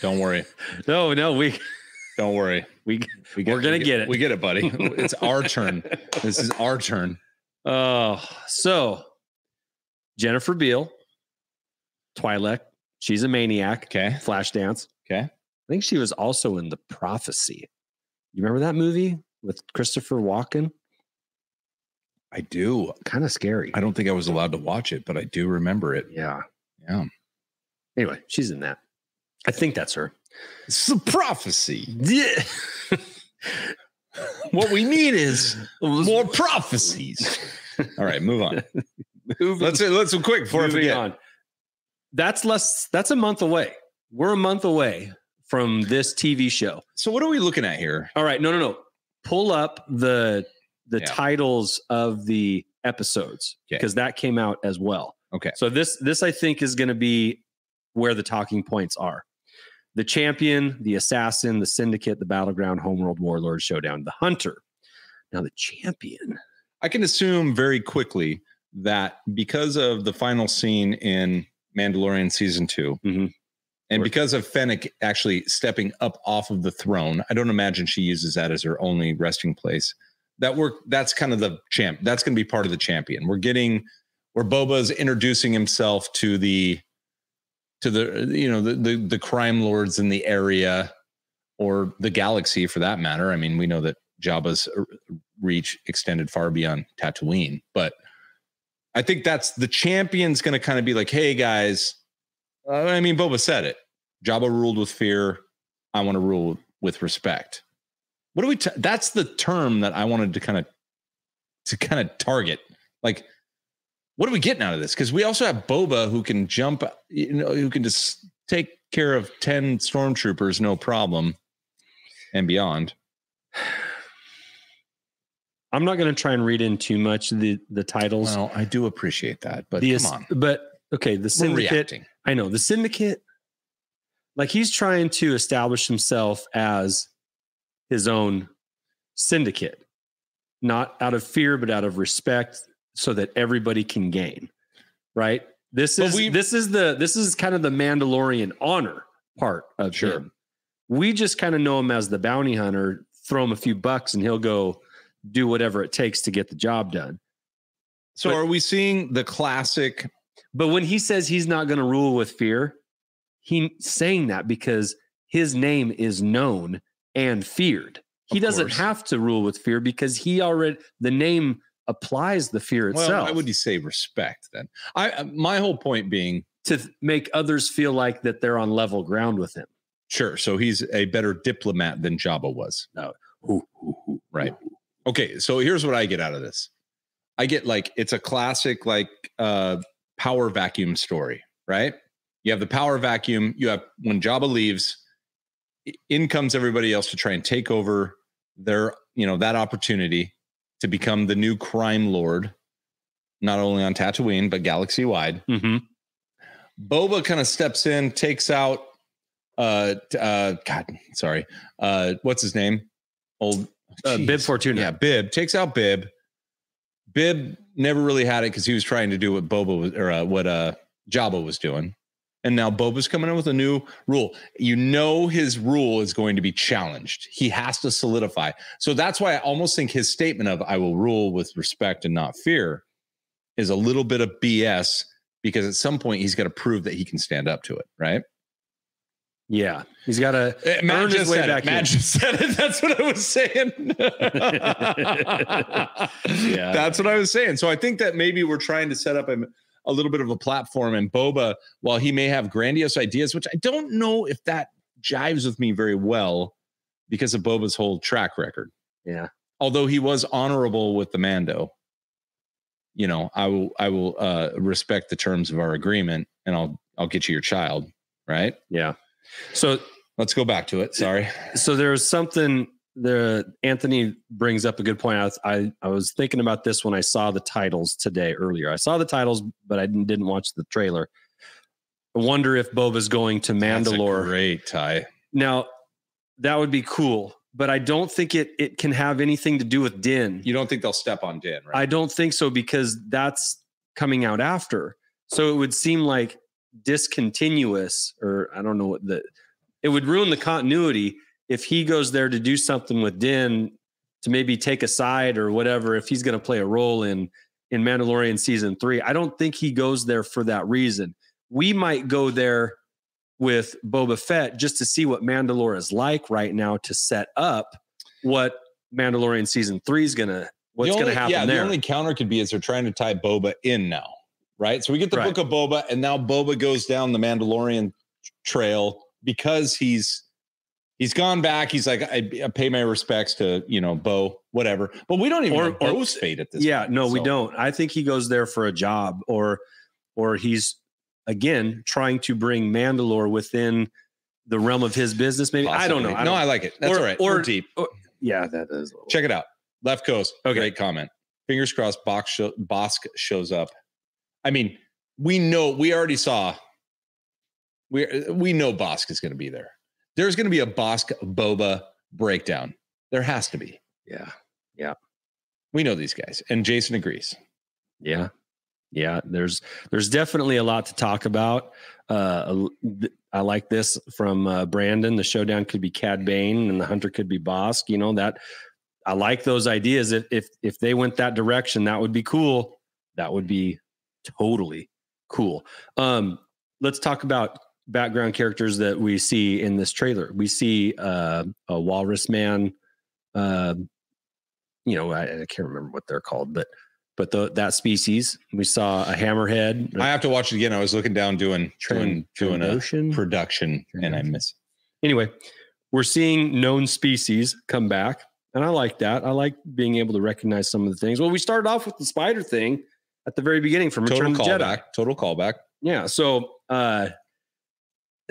Speaker 2: Don't worry,
Speaker 1: No, no, we
Speaker 2: don't worry.
Speaker 1: we
Speaker 2: We
Speaker 1: We're gonna
Speaker 2: we
Speaker 1: get it.
Speaker 2: We get it, buddy. It's our turn. This is our turn.
Speaker 1: Oh, so Jennifer Beal, Twi'lek, she's a maniac.
Speaker 2: Okay.
Speaker 1: Flashdance.
Speaker 2: Okay.
Speaker 1: I think she was also in The Prophecy. You remember that movie with Christopher Walken?
Speaker 2: I do.
Speaker 1: Kind of scary.
Speaker 2: I don't think I was allowed to watch it, but I do remember it.
Speaker 1: Yeah.
Speaker 2: Yeah.
Speaker 1: Anyway, she's in that. I think that's her.
Speaker 2: It's a prophecy.
Speaker 1: *laughs* Yeah.
Speaker 2: What we need is more prophecies. All right, move on. Let's let's quick before I
Speaker 1: Moving
Speaker 2: forget.
Speaker 1: on. That's less that's a month away. We're a month away from this TV show.
Speaker 2: So what are we looking at here?
Speaker 1: All right, no, no, no. Pull up the the
Speaker 2: Yeah.
Speaker 1: titles of the episodes
Speaker 2: Okay.
Speaker 1: because that came out as well.
Speaker 2: Okay.
Speaker 1: So this this I think is going to be where the talking points are. The champion, the assassin, the syndicate, the battleground, homeworld warlord showdown, the hunter. Now the champion.
Speaker 2: I can assume very quickly that because of the final scene in Mandalorian season 2
Speaker 1: Mhm.
Speaker 2: and because of Fennec actually stepping up off of the throne, I don't imagine she uses that as her only resting place. That work that's kind of the champ. That's going to be part of the champion. We're getting where Boba's introducing himself to the to the you know the the, the crime lords in the area or the galaxy for that matter. I mean, we know that Jabba's reach extended far beyond Tatooine. But I think that's the champion's going to kind of be like, hey guys, uh, I mean, Boba said it. Jabba ruled with fear. I want to rule with respect. What do we? T- that's the term that I wanted to kind of to kind of target. Like, what are we getting out of this? Because we also have Boba who can jump, you know, who can just take care of ten stormtroopers no problem, and beyond.
Speaker 1: I'm not going to try and read in too much the the titles.
Speaker 2: Well, I do appreciate that, but
Speaker 1: the
Speaker 2: come
Speaker 1: ass-
Speaker 2: on,
Speaker 1: But okay, the
Speaker 2: we're
Speaker 1: syndicate.
Speaker 2: reacting.
Speaker 1: I know the syndicate, like he's trying to establish himself as his own syndicate, not out of fear, but out of respect, so that everybody can gain. Right. This
Speaker 2: But
Speaker 1: is
Speaker 2: we-
Speaker 1: this is the this is kind of the Mandalorian honor part of
Speaker 2: Sure.
Speaker 1: him. We just kind of know him as the bounty hunter. Throw him a few bucks, and he'll go do whatever it takes to get the job done.
Speaker 2: So
Speaker 1: But-
Speaker 2: are we seeing the classic?
Speaker 1: But when he says he's not going to rule with fear, he saying that because his name is known and feared. He
Speaker 2: Of
Speaker 1: doesn't
Speaker 2: course.
Speaker 1: have to rule with fear because he already the name applies the fear itself
Speaker 2: Well, why would you say respect then? I uh, my whole point being
Speaker 1: to th- make others feel like that they're on level ground with him.
Speaker 2: sure. So he's a better diplomat than Jabba was. Right. Okay. So here's what I get out of this. I get like it's a classic like uh power vacuum story, right? You have the power vacuum. You have when Jabba leaves, i- in comes everybody else to try and take over their you know that opportunity to become the new crime lord not only on Tatooine, but galaxy wide.
Speaker 1: Mm-hmm.
Speaker 2: Boba kind of steps in, takes out uh t- uh God, sorry. Uh what's his name? Old
Speaker 1: Uh,
Speaker 2: Jeez.
Speaker 1: Bib Fortuna.
Speaker 2: Yeah, Bib takes out Bib. Bib never really had it because he was trying to do what Boba was or uh, what uh Jabba was doing. And now Boba's coming in with a new rule. You know his rule is going to be challenged. He has to solidify. So that's why I almost think his statement of I will rule with respect and not fear is a little bit of BS because at some point he's got to prove that he can stand up to it, right?
Speaker 1: Yeah. He's got *laughs* a
Speaker 2: Eh, Matt
Speaker 1: Earned his
Speaker 2: just
Speaker 1: way
Speaker 2: said it.
Speaker 1: back
Speaker 2: Matt
Speaker 1: in.
Speaker 2: just said it. *laughs* That's what I was *laughs* saying.
Speaker 1: Yeah.
Speaker 2: That's what I was saying. So I think that maybe we're trying to set up a, a little bit of a platform. And Boba, while he may have grandiose ideas, which I don't know if that jives with me very well because of Boba's whole track record.
Speaker 1: Yeah.
Speaker 2: Although he was honorable with the Mando. You know, I will I will uh respect the terms of our agreement and I'll I'll get you your child, right?
Speaker 1: yeah. So
Speaker 2: Let's go back to it. Sorry.
Speaker 1: so there's something the Anthony brings up a good point. I, was- I I was thinking about this when I saw the titles today earlier. I saw the titles, but I didn't, didn't watch the trailer. I wonder if Boba's going to
Speaker 2: That's a
Speaker 1: *laughs* Mandalore.
Speaker 2: great tie.
Speaker 1: now, that would be cool, but I don't think it it can have anything to do with Din.
Speaker 2: You don't think they'll step on Din, right?
Speaker 1: I don't think so because that's coming out after. So it would seem like discontinuous, or I don't know what the. It would ruin the continuity if he goes there to do something with Din to maybe take a side or whatever. If he's going to play a role in in Mandalorian season three, I don't think he goes there for that reason. We might go there with Boba Fett just to see what Mandalore is like right now to set up what Mandalorian season three is going to. What's
Speaker 2: The
Speaker 1: going to
Speaker 2: only-
Speaker 1: happen
Speaker 2: Yeah,
Speaker 1: there?
Speaker 2: the only counter could be is they're trying to tie Boba in now, right? So we get the
Speaker 1: Right.
Speaker 2: book of Boba, and now Boba goes down the Mandalorian trail because he's he's gone back. He's like, I, I pay my respects to you know Bo, whatever. But we don't even
Speaker 1: Or-
Speaker 2: know
Speaker 1: or-
Speaker 2: Bo's fate at this.
Speaker 1: yeah
Speaker 2: point,
Speaker 1: no we
Speaker 2: so-
Speaker 1: don't i think he goes there for a job or or he's again trying to bring mandalore within the realm of his business maybe i don't know
Speaker 2: Possibly.
Speaker 1: I
Speaker 2: no,
Speaker 1: don't,
Speaker 2: I like it. That's
Speaker 1: Or-
Speaker 2: all right.
Speaker 1: or-
Speaker 2: We're deep.
Speaker 1: yeah that is
Speaker 2: Check it out. Left Coast.
Speaker 1: Okay.
Speaker 2: Great comment. Fingers crossed. Box show, Bosk shows up. I mean, we know. We already saw. We we know Bosk is going to be there. There's going to be a Bosk Boba breakdown. There has to be.
Speaker 1: yeah
Speaker 2: We know these guys, and Jason agrees.
Speaker 1: yeah yeah there's there's definitely a lot to talk about uh th- i like this from uh, brandon the showdown could be cad bane and the hunter could be bosk you know that i like those ideas if if if they went that direction that would be cool that would be totally cool um let's talk about background characters that we see in this trailer we see uh a walrus man uh you know i, I can't remember what they're called but but the, that species we saw a hammerhead
Speaker 2: I have to watch it again. I was looking down doing doing doing a
Speaker 1: ocean
Speaker 2: production, and I miss.
Speaker 1: anyway, we're seeing known species come back. And I like that. I like being able to recognize some of the things. Well, we started off with the spider thing at the very beginning from
Speaker 2: Total
Speaker 1: Return of the Jedi.
Speaker 2: callback. Total callback.
Speaker 1: Yeah. So uh *laughs*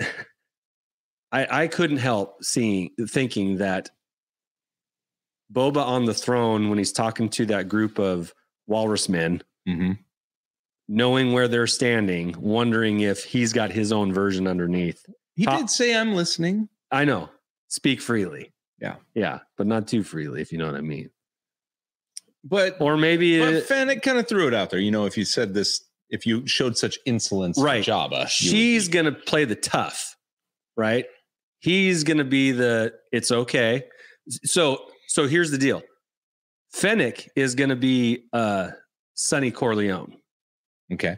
Speaker 1: I I couldn't help seeing thinking that Boba on the throne when he's talking to that group of walrus men,
Speaker 2: Mm-hmm.
Speaker 1: knowing where they're standing, wondering if he's got his own version underneath.
Speaker 2: He
Speaker 1: Top-
Speaker 2: did say, "I'm listening."
Speaker 1: I know. Speak freely.
Speaker 2: Yeah.
Speaker 1: Yeah. But not too freely, if you know what I mean.
Speaker 2: But
Speaker 1: Or maybe
Speaker 2: But
Speaker 1: it-
Speaker 2: Fennec kind of threw it out there. You know, if you said this, if you showed such insolence
Speaker 1: Right.
Speaker 2: to Jabba, you would
Speaker 1: she's
Speaker 2: be-
Speaker 1: going to play the tough, right? He's going to be the it's okay. So, so here's the deal Fennec is going to be uh, Sonny Corleone.
Speaker 2: okay.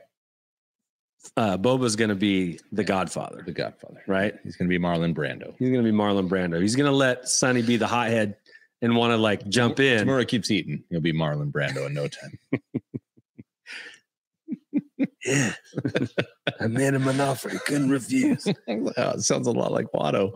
Speaker 1: Uh, Boba's going to be the godfather,
Speaker 2: The Godfather,
Speaker 1: right?
Speaker 2: He's going to be Marlon Brando.
Speaker 1: He's going to be Marlon Brando. He's going to let Sonny be the hothead and want to like jump in.
Speaker 2: *laughs* Tomorrow keeps eating. He'll be Marlon Brando in no time. *laughs*
Speaker 1: Yeah. I'm in him an offer he couldn't refuse.
Speaker 2: Wow, it sounds a lot like Watto.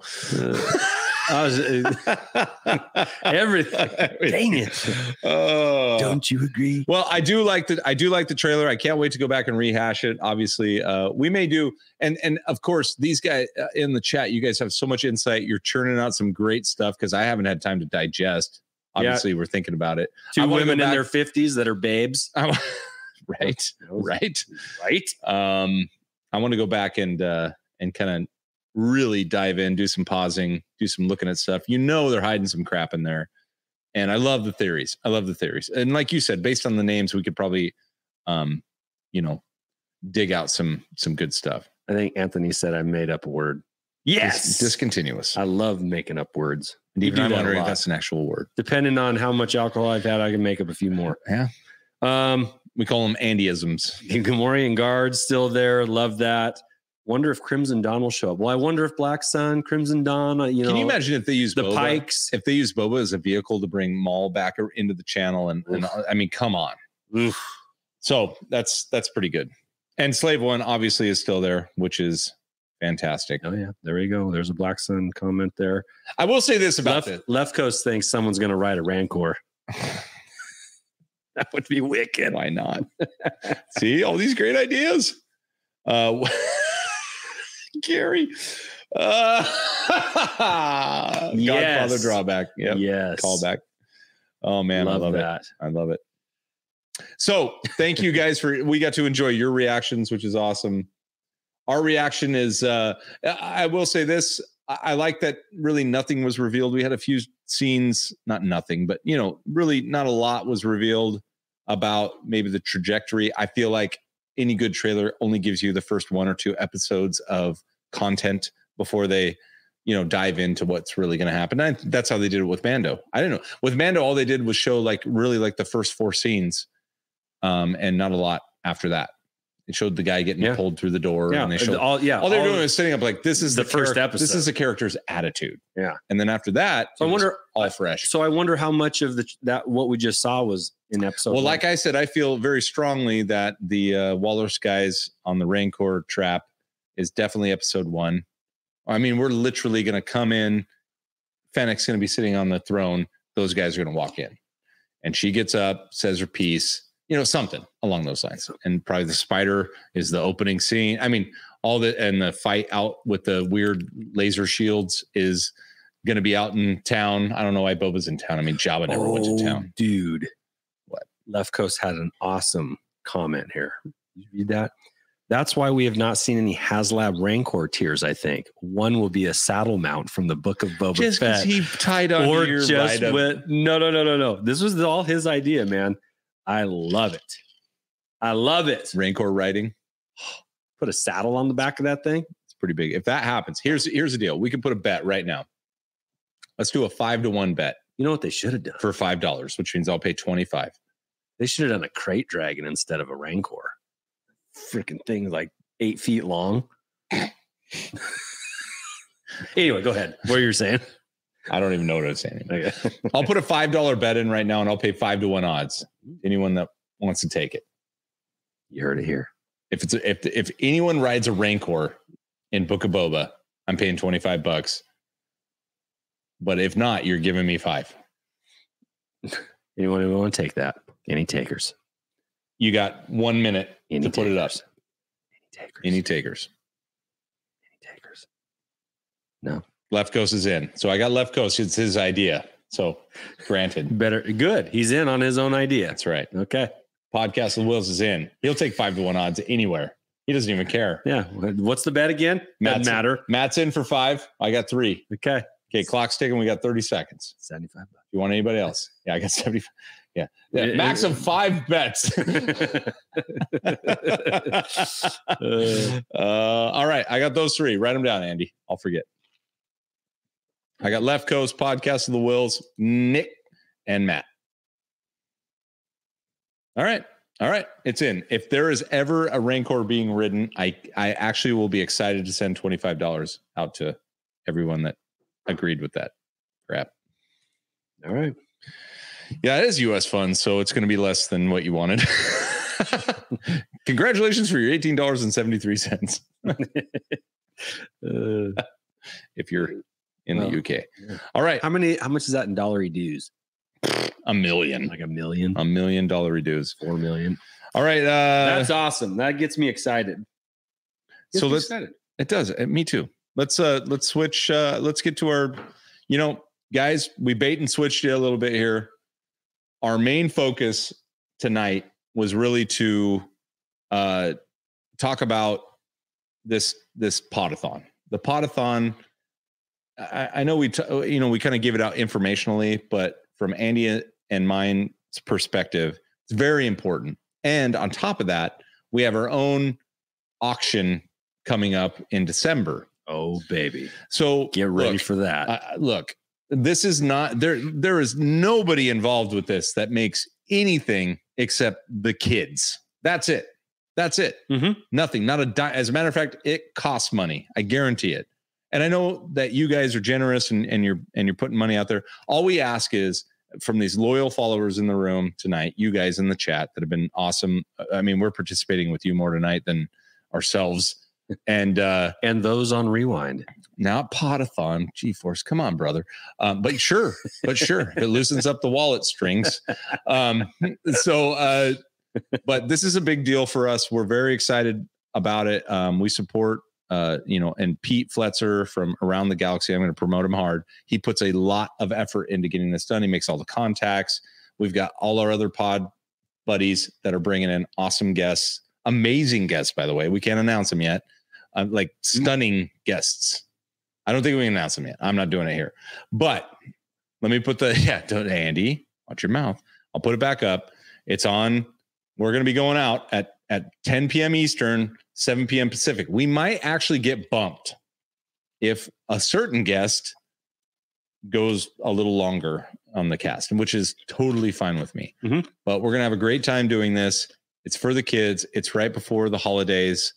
Speaker 2: *laughs*
Speaker 1: I was, uh,
Speaker 2: *laughs*
Speaker 1: everything. Dang it. *laughs*
Speaker 2: Oh.
Speaker 1: you agree?
Speaker 2: Well, I do like the I do like the trailer. I can't wait to go back and rehash it. Obviously, uh, we may do, and and of course, these guys uh, in the chat, you guys have so much insight. You're churning out some great stuff because I haven't had time to digest.
Speaker 1: Yeah.
Speaker 2: Obviously, we're thinking about it. *laughs*
Speaker 1: Two
Speaker 2: I wanna go
Speaker 1: women in
Speaker 2: back-
Speaker 1: their 50s that are babes.
Speaker 2: I wa- right, right.
Speaker 1: Right?
Speaker 2: Um, I want to go back and uh, and kind of really dive in, do some pausing, do some looking at stuff. You know, they're hiding some crap in there, and I love the theories. I love the theories, and like you said, based on the names, we could probably, um, you know, dig out some some good stuff.
Speaker 1: I think Anthony said I made up a word.
Speaker 2: Dis- discontinuous.
Speaker 1: I love making up words.
Speaker 2: And
Speaker 1: you
Speaker 2: even
Speaker 1: do
Speaker 2: I'm
Speaker 1: that a
Speaker 2: wondering if
Speaker 1: lot.
Speaker 2: that's an actual word.
Speaker 1: Depending on how much alcohol I've had, I can make up a few more.
Speaker 2: Yeah.
Speaker 1: Um,
Speaker 2: We call them Andyisms.
Speaker 1: Gamorrean guard still there. Love that. Wonder if Crimson Dawn will show up. Well, I wonder if Black Sun, Crimson Dawn, uh, you know,
Speaker 2: Can you imagine if they use
Speaker 1: the
Speaker 2: boba?
Speaker 1: Pikes.
Speaker 2: If they use boba as a vehicle to bring Maul back or- into the channel, and, and I mean, come on.
Speaker 1: Oof.
Speaker 2: So that's that's pretty good. And Slave One obviously is still there, which is fantastic.
Speaker 1: Oh yeah, there you go. There's a Black Sun comment there.
Speaker 2: I will say this about
Speaker 1: Left, Left Coast thinks someone's going to ride a Rancor. *laughs* that would be
Speaker 2: this.
Speaker 1: wicked.
Speaker 2: Why not? *laughs* See all these great ideas. Uh, *laughs* Gary, uh, *laughs* Godfather
Speaker 1: Yes.
Speaker 2: drawback. Yep.
Speaker 1: Yes.
Speaker 2: Callback. Oh man,
Speaker 1: love,
Speaker 2: I love it.
Speaker 1: that.
Speaker 2: I love it. So thank you guys for we got to enjoy your reactions, which is awesome. Our reaction is uh I I will say this. I I like that really nothing was revealed. We had a few scenes, not nothing, but you know, really not a lot was revealed about maybe the trajectory. I feel like any good trailer only gives you the first one or two episodes of content before they, you know, dive into what's really going to happen. And I- that's how they did it with Mando. I don't know. With Mando, all they did was show like really like the first four scenes, um, and not a lot after that. It showed the guy getting
Speaker 1: Yeah.
Speaker 2: pulled through the door,
Speaker 1: Yeah.
Speaker 2: and they showed all,
Speaker 1: all, yeah.
Speaker 2: they're
Speaker 1: all-
Speaker 2: doing is setting up like this is
Speaker 1: The
Speaker 2: the,
Speaker 1: first
Speaker 2: character- This
Speaker 1: episode.
Speaker 2: is the character's attitude.
Speaker 1: Yeah.
Speaker 2: and then after that,
Speaker 1: So I
Speaker 2: it was
Speaker 1: wonder.
Speaker 2: all fresh.
Speaker 1: So I wonder how much of the that what we just saw was in episode.
Speaker 2: Well,
Speaker 1: one.
Speaker 2: like I said, I feel very strongly that the uh, Walrus guys on the Rancor trap is definitely episode one. I mean, we're literally going to come in. Fennec's going to be sitting on the throne. Those guys are going to walk in. And she gets up, says her piece, you know, something along those lines. And probably the spider is the opening scene. I mean, all the, and the fight out with the weird laser shields is going to be out in town. I don't know why Boba's in town. I mean, Jabba never went to
Speaker 1: Oh,
Speaker 2: town.
Speaker 1: Dude.
Speaker 2: What?
Speaker 1: Left Coast had an awesome comment here. You read that? That's why we have not seen any HasLab Rancor tiers, I think. One will be a saddle mount from the Book of Boba
Speaker 2: just because
Speaker 1: Fett.
Speaker 2: he tied on
Speaker 1: or
Speaker 2: your
Speaker 1: just
Speaker 2: write-up.
Speaker 1: with no no no no no. This was all his idea, man. I love it. I love it.
Speaker 2: Rancor writing.
Speaker 1: Put a saddle on the back of that thing.
Speaker 2: It's pretty big. If that happens, here's here's the deal. We can put a bet right now. Let's do a five to one bet
Speaker 1: You know what they should have done?
Speaker 2: for five dollars, which means I'll pay twenty five.
Speaker 1: They should have done a crate dragon instead of a rancor. Freaking thing like eight feet long. *laughs* anyway, go ahead. What you're saying?
Speaker 2: I don't even know what I'm saying. anymore.
Speaker 1: Okay.
Speaker 2: I'll put a five dollar bet in right now, and I'll pay five to one odds. Anyone that wants to take it.
Speaker 1: You heard it here.
Speaker 2: If it's a, if if anyone rides a Rancor in Book of Boba, I'm paying twenty five bucks. But if not, you're giving me five.
Speaker 1: Anyone who want to take that? Any takers?
Speaker 2: You got one minute
Speaker 1: Any
Speaker 2: to put it up.
Speaker 1: takers? Any takers?
Speaker 2: Any takers?
Speaker 1: Any takers?
Speaker 2: Left Coast is in. So I got Left Coast. It's his idea. So granted.
Speaker 1: Better. Good. He's in on his own idea.
Speaker 2: That's right.
Speaker 1: Okay.
Speaker 2: Podcast with Wills is in. He'll take five to one odds anywhere. He doesn't even care.
Speaker 1: Yeah. What's the bet again? Doesn't
Speaker 2: Matt's-
Speaker 1: matter.
Speaker 2: Matt's in for five. I got three.
Speaker 1: Okay.
Speaker 2: Okay, clock's ticking. We got 30 seconds.
Speaker 1: Seventy-five bucks.
Speaker 2: You want anybody else? Yeah, I got 75. Yeah. yeah
Speaker 1: Yeah.
Speaker 2: max of five bets. *laughs* uh, all right. I got those three. Write them down, Andy. I'll forget. I got Left Coast, Podcast of the Wills, Nick, and Matt. All right. All right. It's in. If there is ever a Rancor being ridden, I, I actually will be excited to send $25 out to everyone that agreed with that crap.
Speaker 1: All right.
Speaker 2: Yeah, it is US funds, so it's going to be less than what you wanted. *laughs* Congratulations for your eighteen dollars and seventy three cents.
Speaker 1: Uh,
Speaker 2: If you're in
Speaker 1: Well,
Speaker 2: the UK,
Speaker 1: yeah.
Speaker 2: all right,
Speaker 1: how many? How much is that in dollary dues?
Speaker 2: a million, Um,
Speaker 1: Like a million,
Speaker 2: a million dollar reduce.
Speaker 1: four million.
Speaker 2: All right, uh,
Speaker 1: That's awesome. That gets me excited. Gets
Speaker 2: so
Speaker 1: me
Speaker 2: let's.
Speaker 1: excited.
Speaker 2: It does. Uh, Me too. Let's uh let's switch. Uh, let's get to our. You know, guys, we bait and switched you a little bit here. Our main focus tonight was really to uh, talk about this this potathon. The potathon. I, I know we t- you know we kind of give it out informationally, but from Andy and mine's perspective, it's very important. And on top of that, we have our own auction coming up in December.
Speaker 1: Oh baby,
Speaker 2: So
Speaker 1: get ready
Speaker 2: look,
Speaker 1: for that.
Speaker 2: uh, look, this is not there. There is nobody involved with this that makes anything except the kids. That's it. That's it.
Speaker 1: Mhm.
Speaker 2: Nothing. Not a dime. As a matter of fact, it costs money. I guarantee it. And I know that you guys are generous and, and you're and you're putting money out there. All we ask is from these loyal followers in the room tonight, you guys in the chat that have been awesome. I mean, we're participating with you more tonight than ourselves. And uh
Speaker 1: and those on rewind.
Speaker 2: not potathon g-force come on brother um, but sure but sure it loosens up the wallet strings um, so uh, but this is a big deal for us we're very excited about it um, we support uh, you know and pete fletzer from around the galaxy i'm going to promote him hard he puts a lot of effort into getting this done he makes all the contacts we've got all our other pod buddies that are bringing in awesome guests amazing guests by the way we can't announce them yet um, like stunning guests I don't think we can announce them yet. I'm not doing it here. But let me put the *laughs* yeah, don't Andy, watch your mouth. I'll put it back up. It's on. We're gonna be going out at at 10 p.m. Eastern, 7 p.m. Pacific. We might actually get bumped if a certain guest goes a little longer on the cast, which is totally fine with me.
Speaker 1: Mhm.
Speaker 2: But we're gonna have a great time doing this. It's for the kids. It's right before the holidays.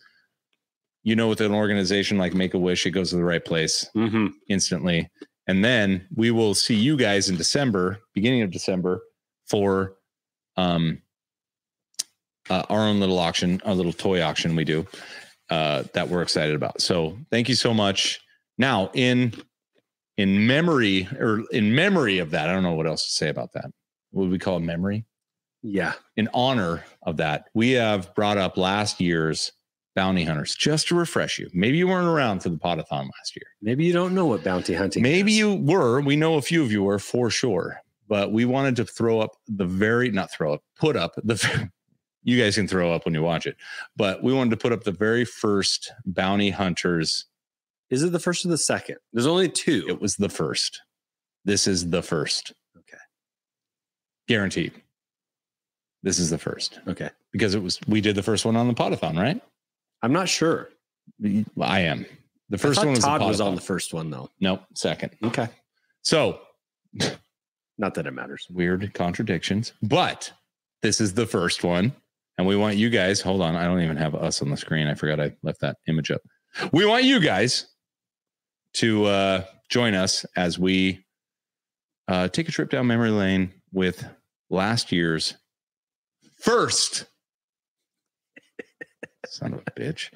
Speaker 2: You know, with an organization like Make a Wish, it goes to the right place
Speaker 1: Mm-hmm.
Speaker 2: instantly. And then we will see you guys in December, beginning of December, for um, uh, our own little auction, our little toy auction we do uh, that we're excited about. So thank you so much. Now in in memory or in memory of that, I don't know what else to say about that. What would we call it memory?
Speaker 1: Yeah.
Speaker 2: in honor of that, we have brought up last year's bounty hunters just to refresh you. Maybe you weren't around for the potathon last year.
Speaker 1: Maybe you don't know what bounty hunting.
Speaker 2: Maybe
Speaker 1: is.
Speaker 2: you were. We know a few of you were for sure, but we wanted to throw up the very not throw up, put up the. *laughs* You guys can throw up when you watch it, but we wanted to put up the very first bounty hunters.
Speaker 1: Is it the first or the second? There's only two.
Speaker 2: It was the first. This is the first.
Speaker 1: Okay.
Speaker 2: Guaranteed. This is the first
Speaker 1: okay.
Speaker 2: because it was we did the first one on the potathon, right?
Speaker 1: I'm not sure.
Speaker 2: I am. The
Speaker 1: First
Speaker 2: first one was
Speaker 1: Todd
Speaker 2: the
Speaker 1: was on
Speaker 2: potathon.
Speaker 1: the Hmm? first one though.
Speaker 2: Nope, second.
Speaker 1: Okay.
Speaker 2: So
Speaker 1: Not that it matters.
Speaker 2: weird contradictions, but this is the first one. And we want you guys, hold on, I don't even have us on the screen. I forgot I left that image up. We want you guys to uh, join us as we uh, take a trip down memory lane with last year's first. *laughs* Son of a bitch.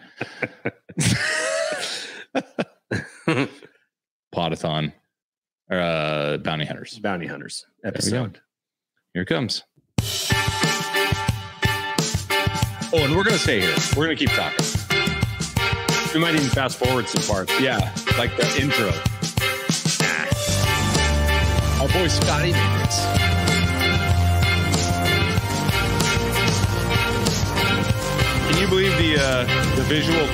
Speaker 2: *laughs* Potathon or uh, Bounty Hunters.
Speaker 1: Bounty hunters
Speaker 2: we go.
Speaker 1: episode.
Speaker 2: Here it comes. Oh, and we're gonna stay here. We're gonna keep talking.
Speaker 1: We might even fast forward some parts.
Speaker 2: Yeah, like the intro. Our boy Scotty made this. Can you believe the uh, the visual,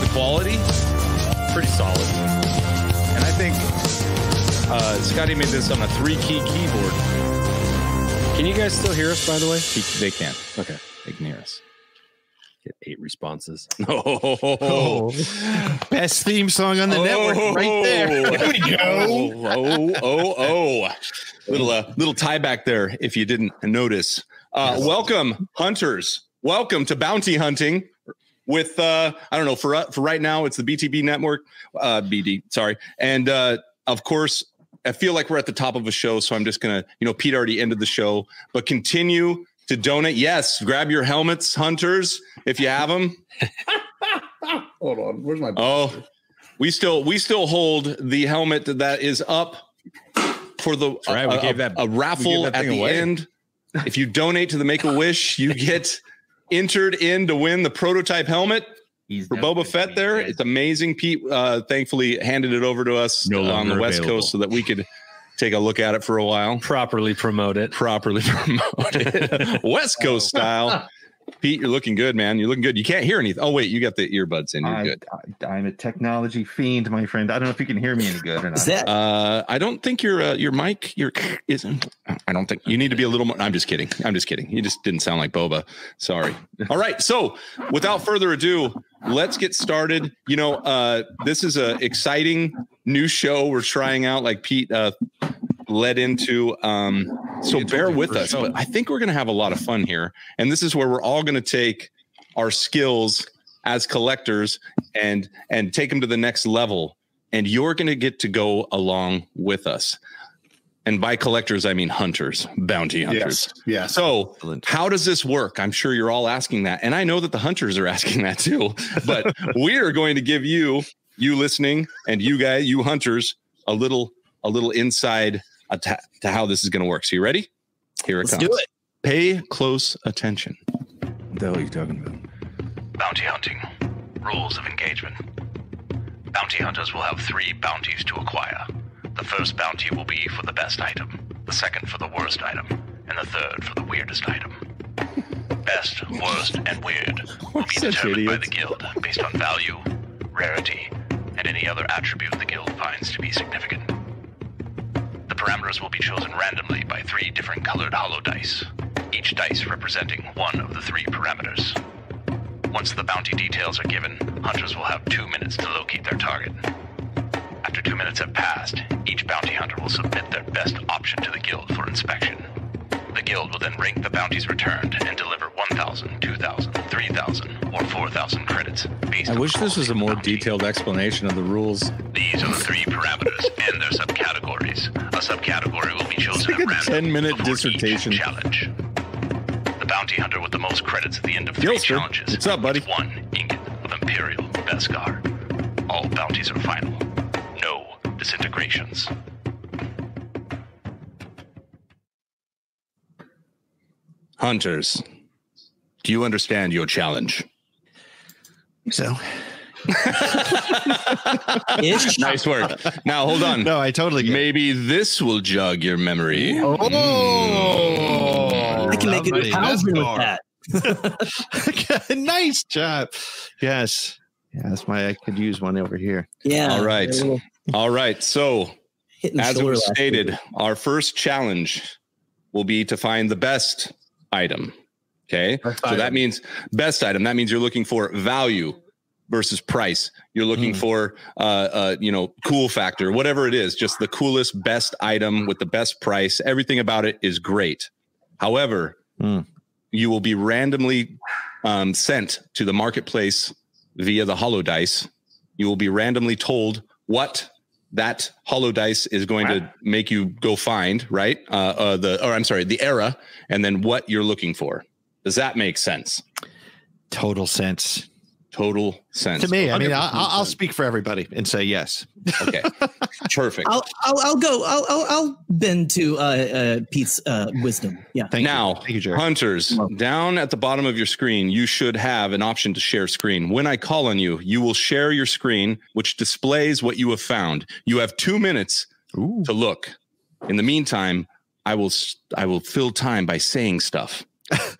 Speaker 2: the quality? Pretty solid. And I think uh, Scotty made this on a three key keyboard.
Speaker 1: Can you guys still hear us by the way?
Speaker 2: He, they can't.
Speaker 1: Okay.
Speaker 2: They can hear us.
Speaker 1: Get eight responses.
Speaker 2: Oh,
Speaker 6: Best theme song on the network right there.
Speaker 2: There we go. Oh, oh, oh. Little uh, little tie back there if you didn't notice. Uh, welcome, hunters. Welcome to bounty hunting with uh I don't know for uh, for right now it's the BTB network uh BD sorry and uh of course I feel like we're at the top of a show so I'm just going to you know Pete already ended the show but continue to donate yes grab your helmets hunters if you have them
Speaker 7: *laughs* Hold on. Where's my
Speaker 2: Oh, we still we still hold the helmet that is up for the
Speaker 6: right, we
Speaker 2: a,
Speaker 6: gave that-
Speaker 2: a raffle
Speaker 6: that
Speaker 2: at
Speaker 6: thing
Speaker 2: the
Speaker 6: away.
Speaker 2: end. If you donate to the Make a Wish,
Speaker 6: *laughs*
Speaker 2: you get entered in to win the prototype helmet for Boba Fett. There, it's amazing. Pete uh, thankfully handed it over to us
Speaker 6: No
Speaker 2: on the
Speaker 6: longer
Speaker 2: West
Speaker 6: available.
Speaker 2: Coast so that we could take a look at it for a
Speaker 6: *laughs*
Speaker 2: while,
Speaker 1: Properly promote *laughs* it.
Speaker 2: properly *laughs* promote it, *laughs* West Coast style. Pete, you're looking good, man. You're looking good. You can't hear anything. Oh wait, you got the earbuds in. You're
Speaker 8: I,
Speaker 2: good.
Speaker 8: I, I'm a technology fiend, my friend. I don't know if you can hear me any good or not.
Speaker 1: *laughs*
Speaker 9: Is that
Speaker 2: Uh, I don't think your uh, your mic your isn't. I don't think you need to be a little more. I'm just kidding. I'm just kidding. You just didn't sound like Boba. Sorry. All right. So without further ado, let's get started. You know, uh, this is a exciting new show we're trying out. Like Pete uh, led into. Um, so bear with us. But I think we're gonna have a lot of fun here, and this is where we're all gonna take our skills as collectors and and take them to the next level and you're going to get to go along with us. And by collectors, I mean hunters, bounty hunters.
Speaker 7: Yes. Yes.
Speaker 2: So,
Speaker 9: Excellent.
Speaker 2: how does this work? I'm sure you're all asking that. And I know that the hunters are *laughs* asking that too.
Speaker 7: *laughs*
Speaker 2: But we are going to give you, you listening, and you guys, you hunters, a little, a little inside atta- to how this is going to work. So, you ready? Here it
Speaker 9: Let's
Speaker 2: comes.
Speaker 9: do it.
Speaker 2: Pay close attention.
Speaker 8: What the hell are you talking about?
Speaker 10: Bounty hunting. Rules of engagement. Bounty hunters will have three bounties to acquire. The first bounty will be for the best item, the second for the worst item, and the third for the weirdest item. Best, worst, and weird will be
Speaker 2: Such
Speaker 10: determined by the
Speaker 2: idiots.
Speaker 10: guild based on value, rarity, and any other attribute the guild finds to be significant. The parameters will be chosen randomly by three different colored hollow dice, each dice representing one of the three parameters. Once the bounty details are given, hunters will have two minutes to locate their target. After two minutes have passed, each bounty hunter will submit their best option to the guild for inspection. The guild will then rank the bounties returned and deliver 1,000, 2,000, 3,000, or 4,000 credits based
Speaker 2: I
Speaker 10: on
Speaker 2: wish this
Speaker 10: quality
Speaker 2: was a
Speaker 10: of
Speaker 2: more
Speaker 10: bounty.
Speaker 2: detailed explanation of the rules.
Speaker 10: These are the three parameters and their subcategories. A subcategory will be chosen
Speaker 2: like a
Speaker 10: at random
Speaker 2: 10-minute
Speaker 10: before each
Speaker 2: dissertation.
Speaker 10: challenge. The bounty hunter with the most credits at the end of three
Speaker 2: Gilster,
Speaker 10: challenges.
Speaker 2: what's up, buddy?
Speaker 10: gets One ingot of Imperial Beskar. All bounties are final. No disintegrations.
Speaker 2: Hunters, do you understand your challenge?
Speaker 9: so?
Speaker 2: *laughs* *laughs*
Speaker 9: Ish.
Speaker 2: Nice work. Now hold
Speaker 9: *laughs*
Speaker 2: on.
Speaker 6: No, I totally get it.
Speaker 2: Maybe this will jog your memory.
Speaker 6: Oh,
Speaker 9: I can make it
Speaker 6: lovely.
Speaker 9: a thousand with
Speaker 6: *laughs* Beskar.
Speaker 9: that.
Speaker 6: nice job. Yes. *laughs* Yeah, that's why I could use one over here.
Speaker 2: Mm.
Speaker 9: Yeah.
Speaker 2: All right. All right. So,
Speaker 9: Hitting
Speaker 2: as it
Speaker 9: shoulder
Speaker 2: was
Speaker 9: last
Speaker 2: stated,
Speaker 9: week.
Speaker 2: our first challenge will be to find the best item. Okay. So that means best item. That means you're looking for value versus price. You're looking for, uh, uh, you know, cool factor, whatever it is, just the coolest, best item with the best price. Everything about it is great. However,
Speaker 6: Hmm.
Speaker 2: you will be randomly um, sent to the marketplace via the hollow dice. You will be randomly told what that hollow dice is going to make you go find, right? Uh, uh, the or I'm sorry, the era, and then what you're looking for. Does that make sense?
Speaker 6: Total sense
Speaker 2: Total sense
Speaker 6: to me. I mean, I'll, I'll speak for everybody and say yes. *laughs*
Speaker 2: Okay, perfect.
Speaker 9: I'll, I'll I'll go. I'll I'll, I'll bend to uh, uh, Pete's uh, wisdom. Yeah.
Speaker 6: Thank
Speaker 2: now,
Speaker 6: you. Thank you, Jerry.
Speaker 2: hunters, down at the bottom of your screen, you should have an option to share screen. When I call on you, you will share your screen, which displays what you have found. You have two minutes
Speaker 6: Ooh.
Speaker 2: to look. In the meantime, I will s- I will fill time by saying
Speaker 6: *laughs*
Speaker 2: stuff,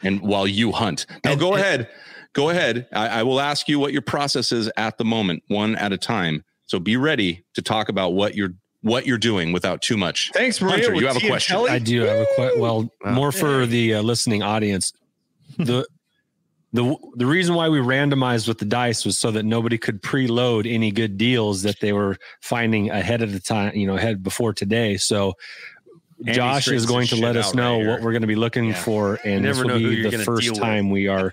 Speaker 2: and while you hunt. Now
Speaker 6: And-
Speaker 2: go
Speaker 6: and-
Speaker 2: ahead, go ahead. I, I will ask you what your process is at the moment, one at a time. So be ready to talk about what you're what you're doing without too much.
Speaker 1: Thanks,
Speaker 2: Maria, Hunter, you with have a T and question. Kelly.
Speaker 1: I do have a question. Well,
Speaker 6: Wow.
Speaker 1: more for the uh, listening audience. The the the reason why we randomized with the dice was so that nobody could preload any good deals that they were finding ahead of the time, you know, ahead before today. So
Speaker 2: Andy
Speaker 1: Josh
Speaker 2: straightens
Speaker 1: is going
Speaker 2: his
Speaker 1: to
Speaker 2: shit
Speaker 1: let
Speaker 2: out
Speaker 1: us know
Speaker 2: right
Speaker 1: what
Speaker 2: here.
Speaker 1: we're going to be looking
Speaker 11: Yeah.
Speaker 1: for, and
Speaker 11: You
Speaker 1: this
Speaker 11: never know
Speaker 1: will
Speaker 11: who
Speaker 1: be
Speaker 11: you're
Speaker 1: the
Speaker 11: gonna
Speaker 1: first
Speaker 11: deal with. *laughs*
Speaker 1: time we are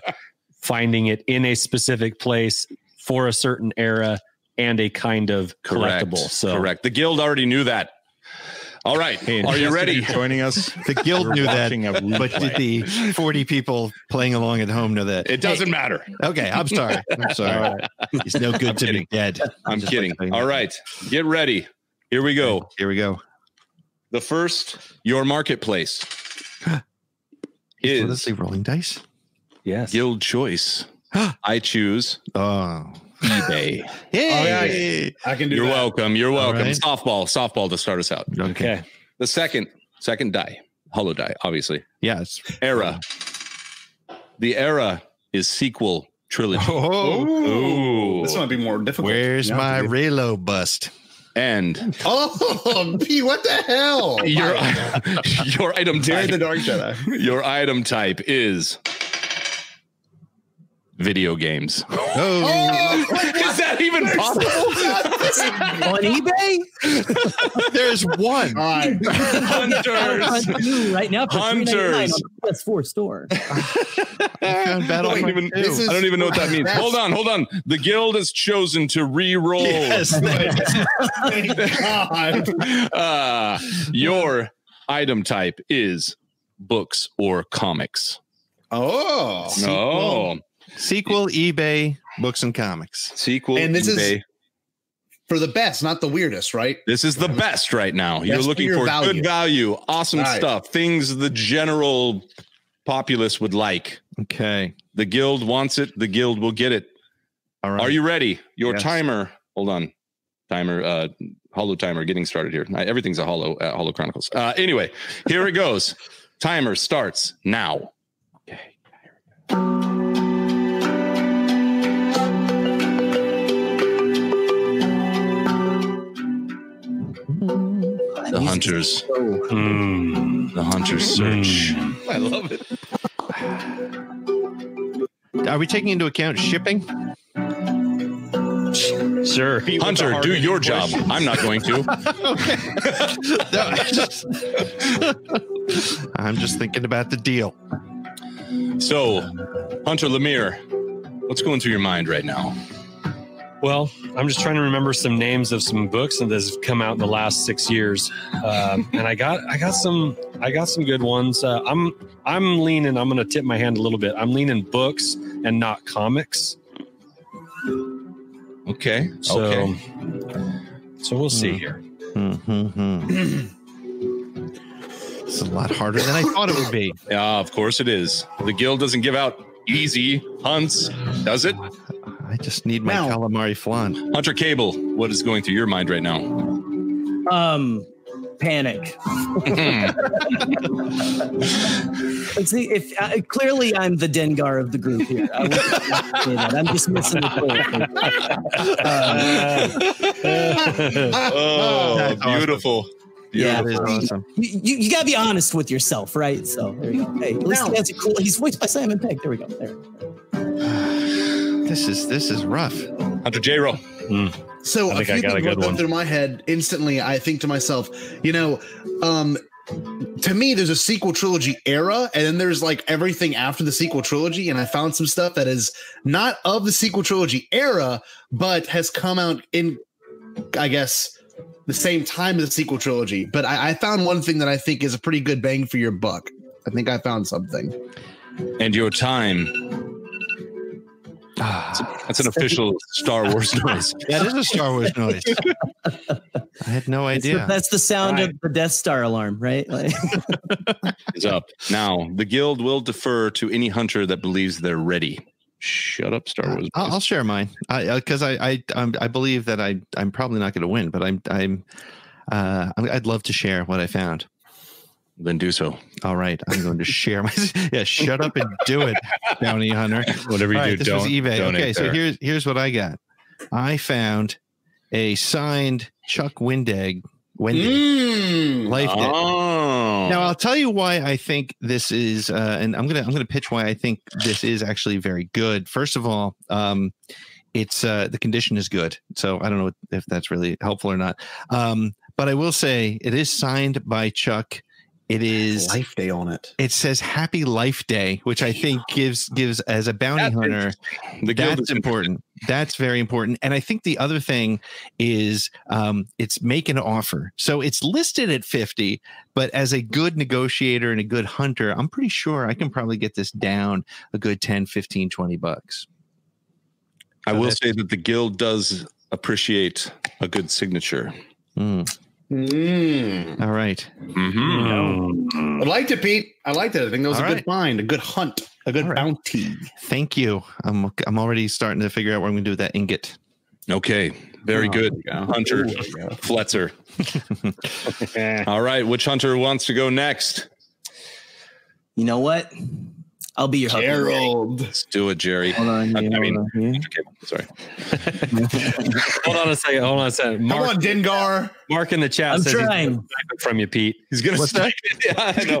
Speaker 1: finding it in a specific place for a certain era and a kind of
Speaker 2: Correct.
Speaker 1: collectible. So
Speaker 2: correct. The guild already knew that. All right. Are you ready?
Speaker 11: Joining us.
Speaker 6: The guild knew that, but
Speaker 11: but
Speaker 6: did the 40 people playing along at home know that?
Speaker 2: It doesn't matter.
Speaker 6: Okay, I'm sorry. I'm sorry. He's no good to
Speaker 2: kidding.
Speaker 6: be dead.
Speaker 2: I'm
Speaker 6: just
Speaker 2: kidding.
Speaker 6: like saying
Speaker 2: All
Speaker 6: that.
Speaker 2: right. Get ready. Here we go.
Speaker 6: Here we go.
Speaker 2: The first, your marketplace
Speaker 6: Let's
Speaker 2: is
Speaker 6: see rolling dice.
Speaker 1: yes,
Speaker 2: guild choice. I choose
Speaker 6: Oh.
Speaker 2: eBay.
Speaker 6: Hey.
Speaker 7: I can do
Speaker 2: You're
Speaker 7: that.
Speaker 2: welcome. You're welcome.
Speaker 6: right.
Speaker 2: Softball, softball to start us out.
Speaker 6: Okay.
Speaker 1: okay.
Speaker 2: The second, second die, hollow die, obviously.
Speaker 6: Yes.
Speaker 2: Era. The era is sequel trilogy.
Speaker 6: Oh,
Speaker 2: Ooh.
Speaker 7: This might be more difficult.
Speaker 6: where's
Speaker 7: Yeah.
Speaker 6: my Raylo bust?
Speaker 2: And
Speaker 7: Oh, *laughs* Pete, what the hell?
Speaker 2: your *laughs* your item
Speaker 7: Jerry
Speaker 2: type,
Speaker 7: the Dark Jedi.
Speaker 2: *laughs* your item type is
Speaker 7: *laughs*
Speaker 2: video games.
Speaker 6: Oh,
Speaker 2: is that even possible?
Speaker 9: *laughs* on eBay.
Speaker 2: Oh.
Speaker 7: *laughs*
Speaker 6: there's one.
Speaker 7: All *laughs* right.
Speaker 9: *laughs*
Speaker 2: Hunters.
Speaker 9: Hunt Blue right now for
Speaker 2: Hunters.
Speaker 9: $3.99 on the PS4 store.
Speaker 6: I found
Speaker 2: I don't,
Speaker 6: Battlefront
Speaker 2: even,
Speaker 6: 2.
Speaker 2: I don't even know what that means.
Speaker 7: *laughs*
Speaker 2: Hold on, hold on. The guild has chosen to re-roll.
Speaker 6: Yes.
Speaker 7: God.
Speaker 2: *laughs* Uh, your item type is books or comics.
Speaker 7: *laughs* Oh.
Speaker 2: No.
Speaker 6: Sequel, eBay, books and comics.
Speaker 2: Sequel.
Speaker 7: And this is-
Speaker 2: eBay.
Speaker 7: For the best, not the weirdest, right?
Speaker 2: This is the best right now. You're
Speaker 7: Best for
Speaker 2: looking
Speaker 7: your
Speaker 2: for
Speaker 7: value.
Speaker 2: good value, awesome
Speaker 7: Right.
Speaker 2: stuff, things the general populace would like.
Speaker 6: Okay.
Speaker 2: The guild wants it, the guild will get it.
Speaker 6: All right.
Speaker 2: Are you ready? Your
Speaker 6: Yes.
Speaker 2: timer. Hold on. Timer, uh, hollow timer getting started here. I- Everything's a hollow at Hollow Chronicles. Uh, anyway, here it goes. *laughs* Timer starts now. Okay. The hunters.
Speaker 6: Hmm.
Speaker 2: The hunters search. I love it.
Speaker 6: Are we taking into account shipping?
Speaker 1: Sure.
Speaker 2: Hunter, do your job. I'm not going to.
Speaker 6: *laughs* I'm just thinking about the deal.
Speaker 2: So, Hunter Lemire, what's going through your mind right now?
Speaker 1: Well, I'm just trying to remember some names of some books that have come out in the last six years, um, and I got I got some I got some good ones. Uh, I'm I'm leaning. I'm going to tip my hand a little bit. I'm leaning books and not comics.
Speaker 2: Okay.
Speaker 1: So, so we'll see here.
Speaker 6: Mm-hmm. it's a lot harder *coughs* than I thought it would be.
Speaker 2: Yeah, of course it is. The guild doesn't give out easy hunts, does it?
Speaker 6: I just need my
Speaker 7: Now-
Speaker 6: calamari flan. *sighs*
Speaker 2: Hunter Cable, what is going through your mind right
Speaker 6: *laughs*
Speaker 2: now?
Speaker 9: Um, panic. But see, if I clearly I'm the Dengar of the group here, I wouldn't say that. I'm just missing the
Speaker 2: *laughs*
Speaker 9: point.
Speaker 2: *laughs*
Speaker 1: Mm-hmm.
Speaker 2: oh,
Speaker 6: That's awesome.
Speaker 2: beautiful.
Speaker 9: Yeah,
Speaker 6: That is awesome.
Speaker 9: you, you, you gotta be honest with yourself, right? So there you go. Hey, at least
Speaker 7: No.
Speaker 9: that's a cool. He's voiced by Simon Pegg. There we go. There.
Speaker 6: This is this is rough.
Speaker 2: Hunter J. Rowe.
Speaker 1: I
Speaker 11: So a
Speaker 1: think
Speaker 11: few
Speaker 1: I
Speaker 11: things
Speaker 1: got a
Speaker 11: went
Speaker 1: good one.
Speaker 11: through my head instantly. I think to myself, you know, um, to me, there's a sequel trilogy era, and then there's like everything after the sequel trilogy. And I found some stuff that is not of the sequel trilogy era, but has come out in, I guess, the same time as the sequel trilogy. But I, I found one thing that I think is a pretty good bang for your buck. I think I found something.
Speaker 2: And your time.
Speaker 6: Ah,
Speaker 2: That's an official Star
Speaker 6: *laughs*
Speaker 2: Wars noise.
Speaker 6: Yeah, this is a Star Wars noise. *laughs* I had no
Speaker 9: That's, the,
Speaker 6: idea.
Speaker 9: that's the sound of the Death Star alarm, right? Like,
Speaker 2: is up. Now, the guild will defer to any hunter that believes they're ready. Shut up, Star Wars.
Speaker 6: I'll, I'll share mine because I I um, I believe that I I'm probably not going to win, but I'm I'm uh, I- I'd love to share what I found.
Speaker 2: Then do so.
Speaker 6: All right, I'm going to share my *laughs* yeah. Shut up and do it, bounty hunter.
Speaker 1: Whatever you
Speaker 6: All right,
Speaker 1: do,
Speaker 6: this
Speaker 1: don't.
Speaker 6: was eBay.
Speaker 1: donate
Speaker 6: Okay, so
Speaker 1: there.
Speaker 6: here's here's what I got. I found a signed Chuck Wendig Wendig
Speaker 7: Mm.
Speaker 6: life net.
Speaker 2: Oh.
Speaker 6: Now I'll tell you why I think this is, uh, and I'm gonna I'm gonna pitch why I think this is actually very good. First of all, um, it's uh, the condition is good, so I don't know if that's really helpful or not. Um, but I will say it is signed by Chuck. It is.
Speaker 11: Life Day on it.
Speaker 6: It says Happy Life Day, which I think gives gives as a bounty
Speaker 2: That's
Speaker 6: hunter.
Speaker 2: the guild
Speaker 6: That's
Speaker 2: is
Speaker 6: important. That's very important. And I think the other thing is um, it's make an offer. So it's listed at 50, but as a good negotiator and a good hunter, I'm pretty sure I can probably get this down a good 10, 15, 20 bucks.
Speaker 2: I will
Speaker 6: that's-
Speaker 2: say that the guild does appreciate a good signature.
Speaker 6: Mm,
Speaker 7: Mm.
Speaker 6: All right.
Speaker 2: Mm-hmm.
Speaker 11: Hmm. I liked it, Pete. I liked it. I think that was
Speaker 6: All
Speaker 11: a good
Speaker 6: right.
Speaker 11: find, a good hunt, a good
Speaker 6: All right.
Speaker 11: bounty.
Speaker 6: Thank you. I'm, I'm already starting to figure out what I'm going to do with that ingot.
Speaker 2: Okay. Very
Speaker 6: Oh,
Speaker 2: good.
Speaker 6: there we go.
Speaker 2: Hunter
Speaker 6: Ooh, there we go. *laughs*
Speaker 2: Fletzer. All right. Which hunter wants to go next?
Speaker 9: *laughs* You know what? I'll be your
Speaker 2: Gerald. Let's do it, Jerry. Hold on. I, mean, okay, sorry.
Speaker 1: Hold on a second. Hold on a second. Mark, Come on, Dengar. Mark in the chat
Speaker 2: I'm
Speaker 1: says he's
Speaker 2: trying.
Speaker 1: gonna snipe it from you, Pete. *laughs*
Speaker 2: He's gonna What's snipe
Speaker 1: I know.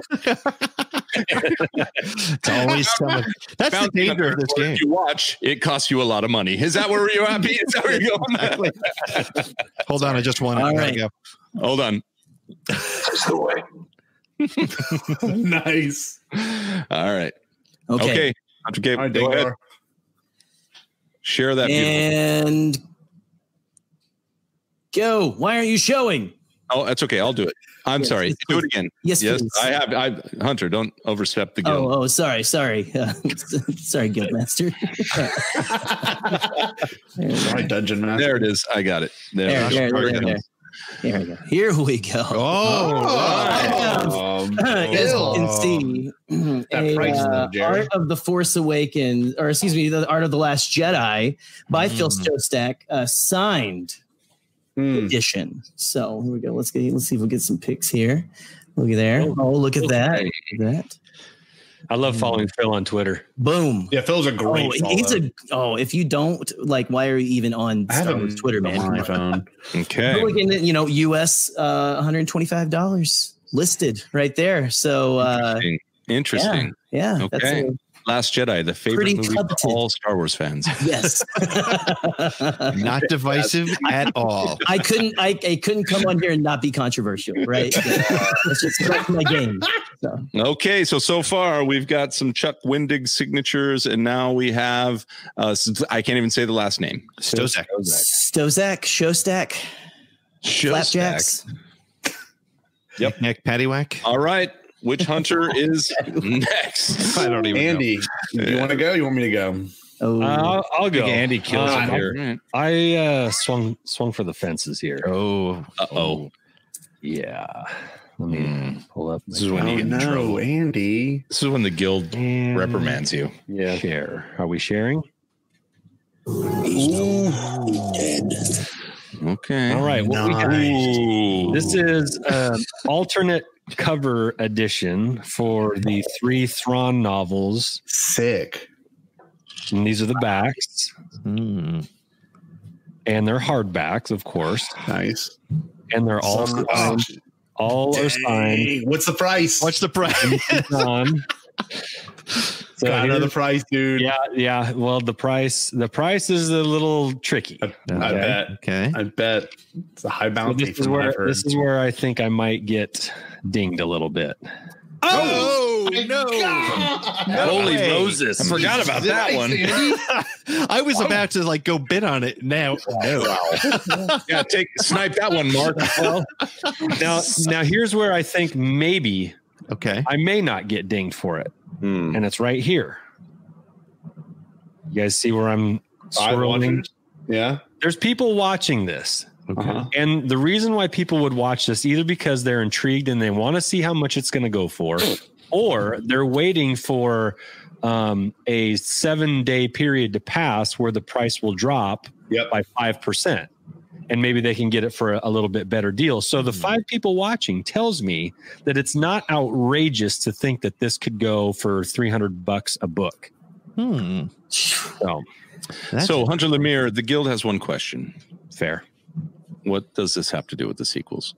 Speaker 2: it's *laughs*
Speaker 1: always
Speaker 6: someone- That's the danger of this game.
Speaker 2: You watch, it costs you a lot of money. Is that where you're at, Pete? Is that where you're going?
Speaker 6: Hold on, I just won. it. I gotta go.
Speaker 2: Hold on.
Speaker 7: *laughs* nice.
Speaker 2: All right. Okay.
Speaker 9: Okay.
Speaker 2: Hunter Gabe,
Speaker 9: All right,
Speaker 2: go
Speaker 9: Dengar.
Speaker 2: ahead. Share that.
Speaker 9: And go. Why aren't you showing?
Speaker 2: Oh, that's okay. I'll do it. I'm
Speaker 9: Yes,
Speaker 2: sorry. Do it again.
Speaker 9: Yes,
Speaker 2: yes.
Speaker 9: please.
Speaker 2: I have. I Hunter, don't overstep the guild.
Speaker 9: Oh, oh, sorry, sorry, *laughs*
Speaker 2: *laughs*
Speaker 9: uh, sorry, *laughs* Guildmaster.
Speaker 2: Sorry,
Speaker 7: dungeon
Speaker 2: master. There it is. I got it. There,
Speaker 9: There,
Speaker 2: it
Speaker 9: there,
Speaker 2: is.
Speaker 9: there,
Speaker 2: it
Speaker 9: there.
Speaker 2: is.
Speaker 9: Here we go. Here we go.
Speaker 2: Oh,
Speaker 9: *laughs* As you
Speaker 2: Bill.
Speaker 9: can see, a,
Speaker 7: Um, oh. price, though,
Speaker 9: uh,
Speaker 7: Jerry.
Speaker 9: Art of the Force Awakens, or excuse me, the Art of the Last Jedi by Phil
Speaker 7: Mm.
Speaker 9: Stojak, uh, signed Hmm. edition. So here we go. Let's get. Let's see if we get some pics here. Look at there. Oh, look at that. Look at that.
Speaker 1: I love following Phil on Twitter.
Speaker 9: Boom.
Speaker 7: Yeah, Phil's a
Speaker 9: Oh, he's a. Oh, if you don't like, why are you even on Star Wars Twitter, man?
Speaker 2: Okay.
Speaker 9: We're looking at, you know, US uh, $125 listed right there. So uh,
Speaker 2: Interesting.
Speaker 9: Yeah, yeah, that's
Speaker 2: okay. Last Jedi, the favorite
Speaker 9: Pretty
Speaker 2: movie
Speaker 9: coveted.
Speaker 2: of all Star Wars fans.
Speaker 11: *laughs*
Speaker 9: yes.
Speaker 6: Not divisive at all.
Speaker 9: I couldn't I, I couldn't come on here and not be controversial,
Speaker 11: *laughs*
Speaker 9: right? It's just that's my game. So
Speaker 2: Okay, so so far we've got some Chuck Wendig signatures, and now we have uh, s- I can't even say the last name
Speaker 6: Stozak.
Speaker 9: Stozak, Showstack, Flapjacks.
Speaker 2: Yep,
Speaker 6: Nick Paddywhack.
Speaker 2: All right, which
Speaker 9: *laughs*
Speaker 2: hunter is next?
Speaker 6: I don't even know.
Speaker 7: Andy, do you want to go? You want me to go?
Speaker 9: Oh,
Speaker 11: Uh,
Speaker 1: I'll, I'll go.
Speaker 6: Andy kills
Speaker 2: Ah,
Speaker 1: Uh,
Speaker 6: him here.
Speaker 1: I uh, swung swung for the fences here.
Speaker 6: Oh,
Speaker 2: uh oh,
Speaker 1: yeah. Let me pull up.
Speaker 2: Mm. This is when you get in trouble.
Speaker 7: Andy.
Speaker 2: Hmm. This is when the guild
Speaker 1: And
Speaker 2: reprimands you.
Speaker 1: Yeah. Share. Are we sharing?
Speaker 7: Eh,
Speaker 2: Okay.
Speaker 1: All right. What we got? This is um, alternate cover edition for the three Thrawn novels.
Speaker 7: Sick.
Speaker 1: And these are the backs,
Speaker 6: hmm.
Speaker 1: and they're hardbacks, of course.
Speaker 7: Nice.
Speaker 1: And they're all
Speaker 7: Some-
Speaker 1: signed. all are
Speaker 7: Dang,
Speaker 1: signed.
Speaker 7: What's the price?
Speaker 6: What's the
Speaker 7: *laughs*
Speaker 6: price?
Speaker 1: on. So
Speaker 7: Got another
Speaker 1: here's-
Speaker 7: price, dude.
Speaker 1: Yeah, yeah. Well, the price the price is a little tricky.
Speaker 7: I
Speaker 6: Okay.
Speaker 7: bet.
Speaker 6: Okay.
Speaker 7: I bet it's a high
Speaker 1: So
Speaker 7: bounty.
Speaker 1: this is
Speaker 7: from what
Speaker 1: where
Speaker 7: I've heard.
Speaker 1: this
Speaker 7: *laughs*
Speaker 1: is where I think I might get dinged a little bit.
Speaker 6: Oh, no.
Speaker 1: Holy
Speaker 6: way.
Speaker 1: Moses.
Speaker 2: I forgot about that one.
Speaker 6: *laughs* I was about to like go bid on it. Now, no.
Speaker 2: yeah, take snipe that one, *laughs* Mark.
Speaker 1: Well, now now here's where I think maybe
Speaker 6: Okay.
Speaker 1: I may not get dinged for it,
Speaker 2: Hmm.
Speaker 1: and it's right here. You guys see where I'm swirling?
Speaker 7: Yeah.
Speaker 1: There's people watching this.
Speaker 6: Okay.
Speaker 1: And the reason why people would watch this either because they're intrigued and they want to see how much it's going to go for, or they're waiting for um, a seven day period to pass where the price will drop
Speaker 7: Yep.
Speaker 1: by 5%. And maybe they can get it for a, a little bit better deal. So
Speaker 7: Hmm.
Speaker 1: the five people watching tells me that it's not outrageous to think that this could go for 300 bucks a book.
Speaker 6: Hmm.
Speaker 1: So
Speaker 6: That's
Speaker 2: So Hunter Lemire, the guild has one question.
Speaker 1: fair.
Speaker 2: What does this have to do with the sequels?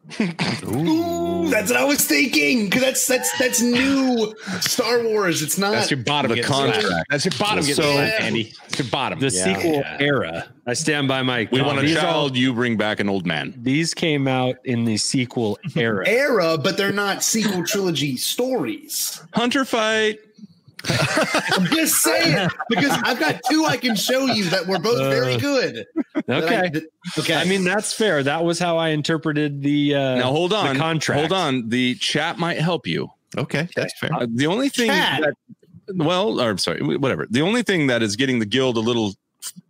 Speaker 7: Ooh, that's what I was thinking. Cause that's that's that's new Star Wars. It's not.
Speaker 2: That's your bottom
Speaker 7: the
Speaker 2: getting contract. slashed.
Speaker 7: That's your
Speaker 2: bottom getting
Speaker 7: slashed,
Speaker 1: *laughs*
Speaker 2: Andy.
Speaker 7: It's your bottom.
Speaker 1: The sequel era. I stand by my.
Speaker 2: We
Speaker 1: com-
Speaker 2: want a
Speaker 1: these all-
Speaker 2: child. You bring back an old man.
Speaker 1: These came out in the sequel
Speaker 11: *laughs*
Speaker 1: era.
Speaker 7: era, but they're not sequel trilogy stories.
Speaker 2: Hunter fight.
Speaker 7: I'm just saying because I've got two I can show you that were both very good. That I-
Speaker 1: Uh, Okay.
Speaker 7: that- okay.
Speaker 1: I mean, that's fair. That was how I interpreted the uh
Speaker 2: Now hold on.
Speaker 1: the contract.
Speaker 2: Hold on. The chat might help you.
Speaker 6: okay. That's fair.
Speaker 2: Uh, the only thing
Speaker 7: Chat.
Speaker 2: that, well, or I'm sorry, whatever. The only thing that is getting the guild a little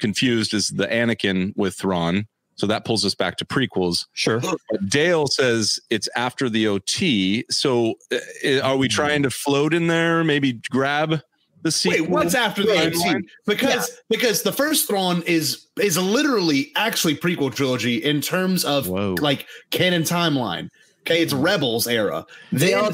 Speaker 2: confused is the Anakin with Thrawn. So that pulls us back to prequels.
Speaker 1: Sure.
Speaker 2: But Dale says it's after uh,
Speaker 1: Hmm.
Speaker 2: the OT. So uh, are we trying to float in there? Maybe grab
Speaker 12: the sequel.
Speaker 11: Wait, what's after the
Speaker 12: timeline?
Speaker 11: MCU? Because because the first Thrawn is is literally actually prequel trilogy in terms of like canon timeline. Okay, it's Rebels era. They all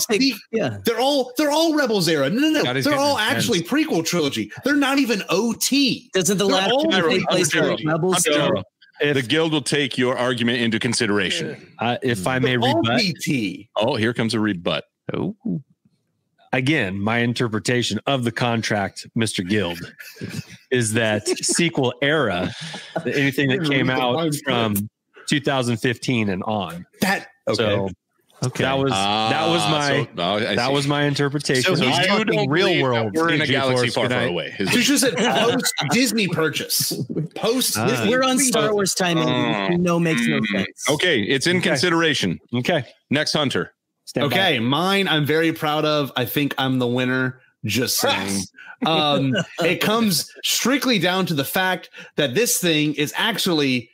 Speaker 9: yeah.
Speaker 11: They're all they're all Rebels era. No, no, no.
Speaker 12: God, he's
Speaker 11: they're
Speaker 12: getting
Speaker 11: all
Speaker 12: intense.
Speaker 11: actually prequel trilogy. They're not even OT.
Speaker 9: Doesn't the
Speaker 11: They're
Speaker 9: last
Speaker 11: all
Speaker 9: one
Speaker 11: prequel
Speaker 9: take place during
Speaker 11: trilogy.
Speaker 9: Rebels?
Speaker 11: So-
Speaker 1: If-
Speaker 2: the guild will take your argument into consideration.
Speaker 1: I, if I may rebut,
Speaker 2: oh, here comes a rebut.
Speaker 6: Oh,
Speaker 1: again, my interpretation of the contract, Mr. Guild, is that sequel era, that anything that came out from 2015 and on.
Speaker 11: That
Speaker 1: so
Speaker 6: okay.
Speaker 1: That was that was
Speaker 2: Ah,
Speaker 1: my
Speaker 2: so- oh, I
Speaker 1: that
Speaker 2: see.
Speaker 1: was my interpretation.
Speaker 2: So you don't real world. We're in a
Speaker 1: Thank you,
Speaker 2: galaxy
Speaker 1: Forrest.
Speaker 2: far,
Speaker 1: Good
Speaker 2: far
Speaker 1: night.
Speaker 2: away.
Speaker 11: You just said post Disney
Speaker 9: *laughs*
Speaker 11: purchase. Post
Speaker 2: Ah.
Speaker 11: Disney
Speaker 9: We're on
Speaker 11: purchase.
Speaker 9: Star Wars timing.
Speaker 2: Mm.
Speaker 9: No makes no
Speaker 2: Mm.
Speaker 9: sense.
Speaker 2: Okay, it's in
Speaker 11: Uh, Okay.
Speaker 2: consideration.
Speaker 1: Okay.
Speaker 2: Next hunter.
Speaker 11: okay, mine I'm very proud of. I think I'm the winner. Just saying. um,
Speaker 9: *laughs*
Speaker 11: it comes strictly down to the fact that this thing is actually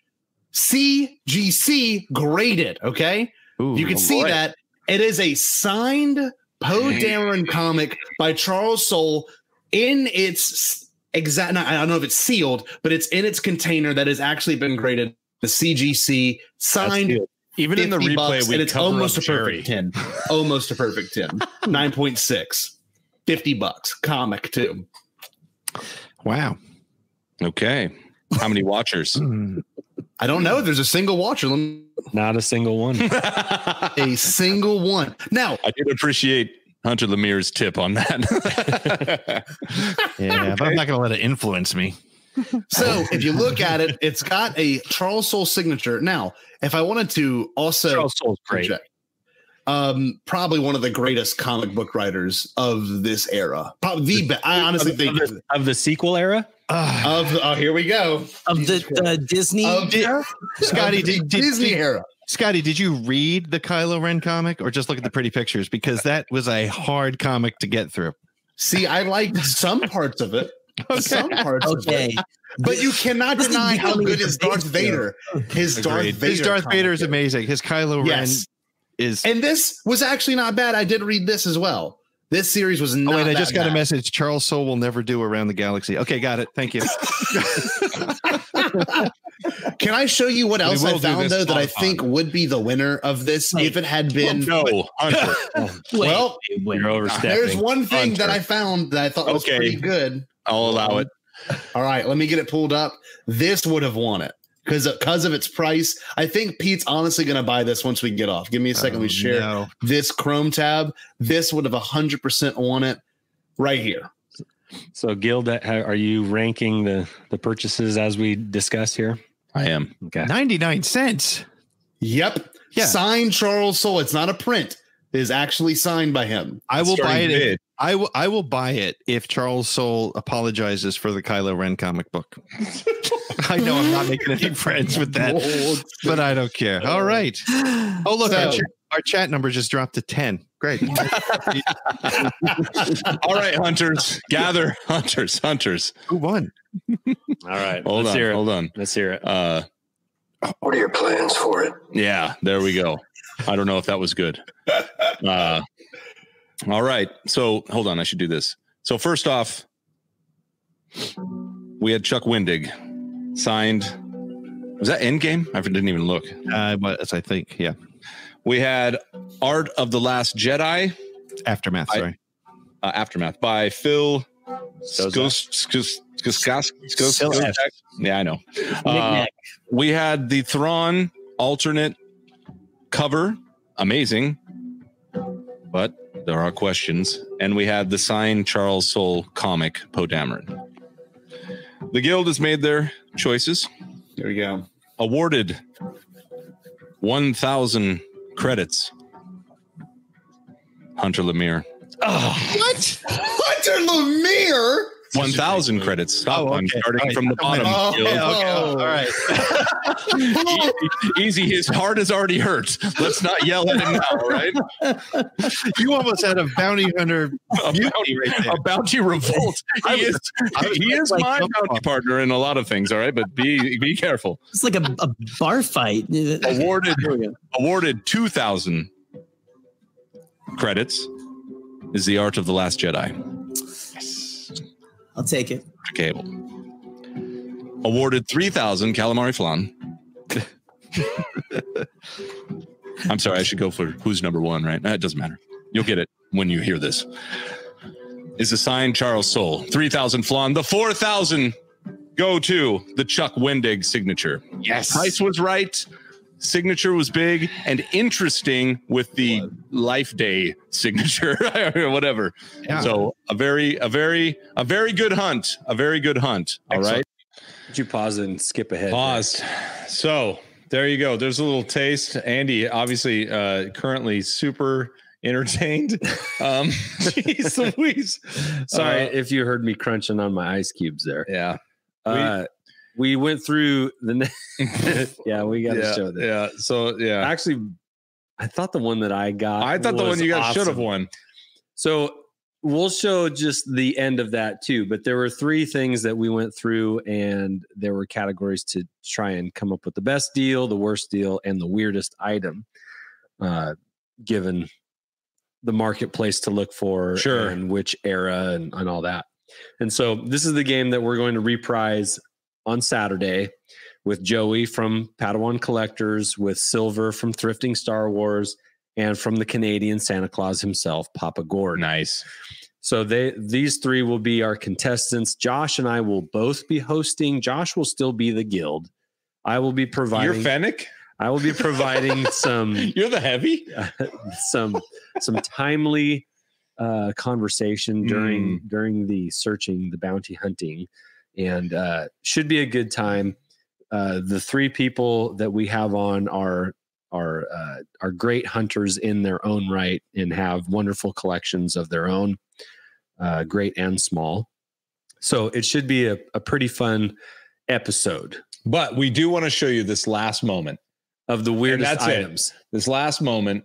Speaker 11: CGC graded. Okay. you can
Speaker 13: oh
Speaker 11: see
Speaker 13: boy.
Speaker 11: that it is a signed Poe Dameron comic by Charles Soule in its exact, I don't know if it's sealed, but it's in its container that has actually been graded. The CGC signed.
Speaker 2: Even
Speaker 11: in the
Speaker 12: replay, we
Speaker 11: and it's
Speaker 12: cover up
Speaker 11: almost a
Speaker 12: Jerry.
Speaker 11: perfect 10 almost a perfect 10 9.6 50 bucks comic too
Speaker 6: wow
Speaker 2: Okay. How many
Speaker 1: *laughs*
Speaker 2: watchers?
Speaker 6: Hmm.
Speaker 11: i don't know if there's a single watcher Let me-
Speaker 1: Not a single
Speaker 2: *laughs*
Speaker 1: one.
Speaker 11: a single one now
Speaker 2: I did appreciate Hunter Lemire's tip
Speaker 1: *laughs*
Speaker 2: on that. *laughs*
Speaker 6: yeah, but I'm not going to let it influence me.
Speaker 11: so if you look at it it's got a charles soul signature now if i wanted to also charles
Speaker 1: soul's great
Speaker 11: um probably one of the greatest comic book writers of this era probably the best i honestly
Speaker 1: Of the-
Speaker 11: think
Speaker 1: of the, of the sequel era.
Speaker 11: of oh here we go
Speaker 9: of the, the Disney
Speaker 11: Of the- *laughs*
Speaker 9: era?
Speaker 6: Scotty,
Speaker 11: Of the
Speaker 6: did, did-
Speaker 11: Disney
Speaker 6: did-
Speaker 11: era.
Speaker 6: Scotty, did you read the Kylo Ren comic or just look at the pretty pictures? Because that was a hard comic to get through.
Speaker 11: See, I liked some parts of it. Some parts
Speaker 9: Okay.
Speaker 11: of it. But
Speaker 9: *sighs*
Speaker 11: you cannot
Speaker 9: This is
Speaker 11: deny how
Speaker 9: becoming
Speaker 11: good is Darth
Speaker 9: debatable.
Speaker 11: Vader. His Darth
Speaker 6: Agreed.
Speaker 11: Vader.
Speaker 6: His Darth
Speaker 11: comic
Speaker 6: Vader is
Speaker 11: is.
Speaker 6: amazing. His Kylo
Speaker 11: Yes.
Speaker 6: Ren is.
Speaker 11: And this was actually not bad. I did read this as well. This series was not.
Speaker 6: oh, wait, I
Speaker 11: that
Speaker 6: just got a
Speaker 11: bad.
Speaker 6: message. Charles Soule will never do Around the Galaxy. Okay, got it. Thank
Speaker 11: *laughs*
Speaker 6: you.
Speaker 11: Can I show you what
Speaker 6: We
Speaker 11: else
Speaker 6: will
Speaker 11: I
Speaker 6: do
Speaker 11: found
Speaker 6: this
Speaker 11: though that I
Speaker 6: on-
Speaker 11: think would be the winner of this if it had been?
Speaker 2: no,
Speaker 1: *laughs*
Speaker 2: Hunter.
Speaker 11: Well,
Speaker 1: You're overstepping.
Speaker 11: there's one thing that I
Speaker 2: Hunter.
Speaker 11: found that I thought was
Speaker 2: Okay.
Speaker 11: pretty good.
Speaker 2: I'll allow it.
Speaker 11: All right, let me get it pulled up. This would have won it because because of its price. I think Pete's honestly going to buy this once we get off. Give me a second.
Speaker 6: Oh,
Speaker 11: we share
Speaker 6: no.
Speaker 11: this Chrome tab. This would have hundred percent won it right here.
Speaker 1: So, Guild, uh, how- are you ranking the the purchases as we discuss here?
Speaker 2: I am.
Speaker 1: Okay.
Speaker 6: 99 cents.
Speaker 11: Yep.
Speaker 6: Yeah.
Speaker 11: Signed Charles Soule. It's not a print. It is actually signed by him.
Speaker 6: I will buy
Speaker 2: Starting
Speaker 6: it. If,
Speaker 2: bid.
Speaker 6: I will. I will buy it if Charles Soule apologizes for the Kylo Ren comic book. *laughs* I know I'm not making any friends with
Speaker 11: *laughs*
Speaker 6: that, but I don't care. All right. Oh look, our,
Speaker 11: So-
Speaker 6: chat, our chat number just dropped to ten. Great.
Speaker 2: All right, hunters. Gather, *laughs* hunters, hunters.
Speaker 6: Who won?
Speaker 1: *laughs* All right.
Speaker 2: Hold
Speaker 1: let's
Speaker 2: on.
Speaker 1: hear it.
Speaker 2: Hold on.
Speaker 1: Let's hear it.
Speaker 2: Uh
Speaker 4: What are your plans for it?
Speaker 2: yeah, there we go. I don't know if that was good. Uh all right. So hold on, I should do this. So first off, we had Chuck Wendig signed. Was that endgame? I didn't even look.
Speaker 6: Uh, but I think yeah.
Speaker 2: We had Art of the Last Jedi,
Speaker 6: Aftermath.
Speaker 2: I-
Speaker 6: Sorry.
Speaker 2: uh, Aftermath by Phil Skos- Skos- Skos- Skos- Skos- Yeah, I know. Uh,
Speaker 9: Knick-knack.
Speaker 2: we had the Thrawn alternate cover, amazing, but there are questions. And we had the signed Charles Soule comic Poe Dameron. The guild has made their choices,
Speaker 11: There we go.
Speaker 2: awarded one thousand credits. Hunter Lemire,
Speaker 11: What? Hunter Lemire.
Speaker 2: one thousand credits. Stop!
Speaker 6: Oh,
Speaker 2: I'm
Speaker 6: okay.
Speaker 2: starting
Speaker 6: All right.
Speaker 2: from the bottom.
Speaker 11: Oh,
Speaker 2: guild.
Speaker 11: all right.
Speaker 2: E- *laughs* Easy, his heart is already hurt. Let's not yell at him now, all right?
Speaker 6: *laughs* You almost had a bounty hunter.
Speaker 2: A bounty, a bounty revolt. *laughs* He is,
Speaker 6: I was
Speaker 2: he is
Speaker 6: like,
Speaker 2: my
Speaker 6: come
Speaker 2: bounty
Speaker 6: on.
Speaker 2: partner in a lot of things, all right? But be be careful.
Speaker 9: It's like a, a bar fight. *laughs*
Speaker 2: Awarded
Speaker 9: Here we go.
Speaker 2: awarded 2000 credits is The Art of the Last Jedi.
Speaker 9: I'll take it.
Speaker 14: Cable. Awarded 3,000 calamari flan. I'm sorry, I should go for who's number one, right? It doesn't matter. You'll get it when you hear this. Is assigned Charles Soule. 3,000 flan. The 4,000 go to the Chuck Wendig signature.
Speaker 2: Yes.
Speaker 14: Price was right. Signature was big and interesting with the life day signature *laughs* or whatever.
Speaker 2: Yeah.
Speaker 14: So a very, a very, a very good hunt. A very good hunt. All right.
Speaker 2: Excellent.
Speaker 1: Did you pause and skip ahead?
Speaker 2: Pause. So there you go. There's a little taste. Andy, obviously, uh, currently super entertained. Um, *laughs* jeez Louise.
Speaker 1: Sorry
Speaker 2: Uh,
Speaker 1: if you heard me crunching on my ice cubes there.
Speaker 2: Yeah. *laughs*
Speaker 1: Uh, we went through the. Ne- *laughs* yeah, we got to
Speaker 2: yeah,
Speaker 1: show that.
Speaker 2: yeah. So yeah,
Speaker 1: Actually, I thought the one that I got.
Speaker 2: I thought the one
Speaker 1: was
Speaker 2: you got should have
Speaker 1: awesome.
Speaker 2: won.
Speaker 1: So we'll show just the end of that too. But there were three things that we went through, and there were categories to try and come up with the best deal, the worst deal, and the weirdest item, uh, given the marketplace to look for,
Speaker 2: Sure.
Speaker 1: and which era and, and all that. And so this is the game that we're going to reprise on Saturday with Joey from Padawan Collectors, with Silver from Thrifting Star Wars, and from the Canadian Santa Claus himself, Papa Gord.
Speaker 2: Nice.
Speaker 1: So they these three will be our contestants. Josh and I will both be hosting. Josh will still be the guild. I will be
Speaker 2: You're
Speaker 1: providing.
Speaker 2: Fennec.
Speaker 1: I will be
Speaker 2: *laughs*
Speaker 1: providing some
Speaker 2: You're the heavy.
Speaker 1: some some timely uh, conversation during
Speaker 2: Mm.
Speaker 1: during the searching, the bounty hunting, and uh, should be a good time. Uh, the three people that we have on are are uh, are great hunters in their own right and have wonderful collections of their own, uh, great and small. So it should be a, a pretty fun episode
Speaker 2: But we do want to show you this last moment.
Speaker 1: of the weirdest
Speaker 2: that's it.
Speaker 1: items.
Speaker 2: This last moment.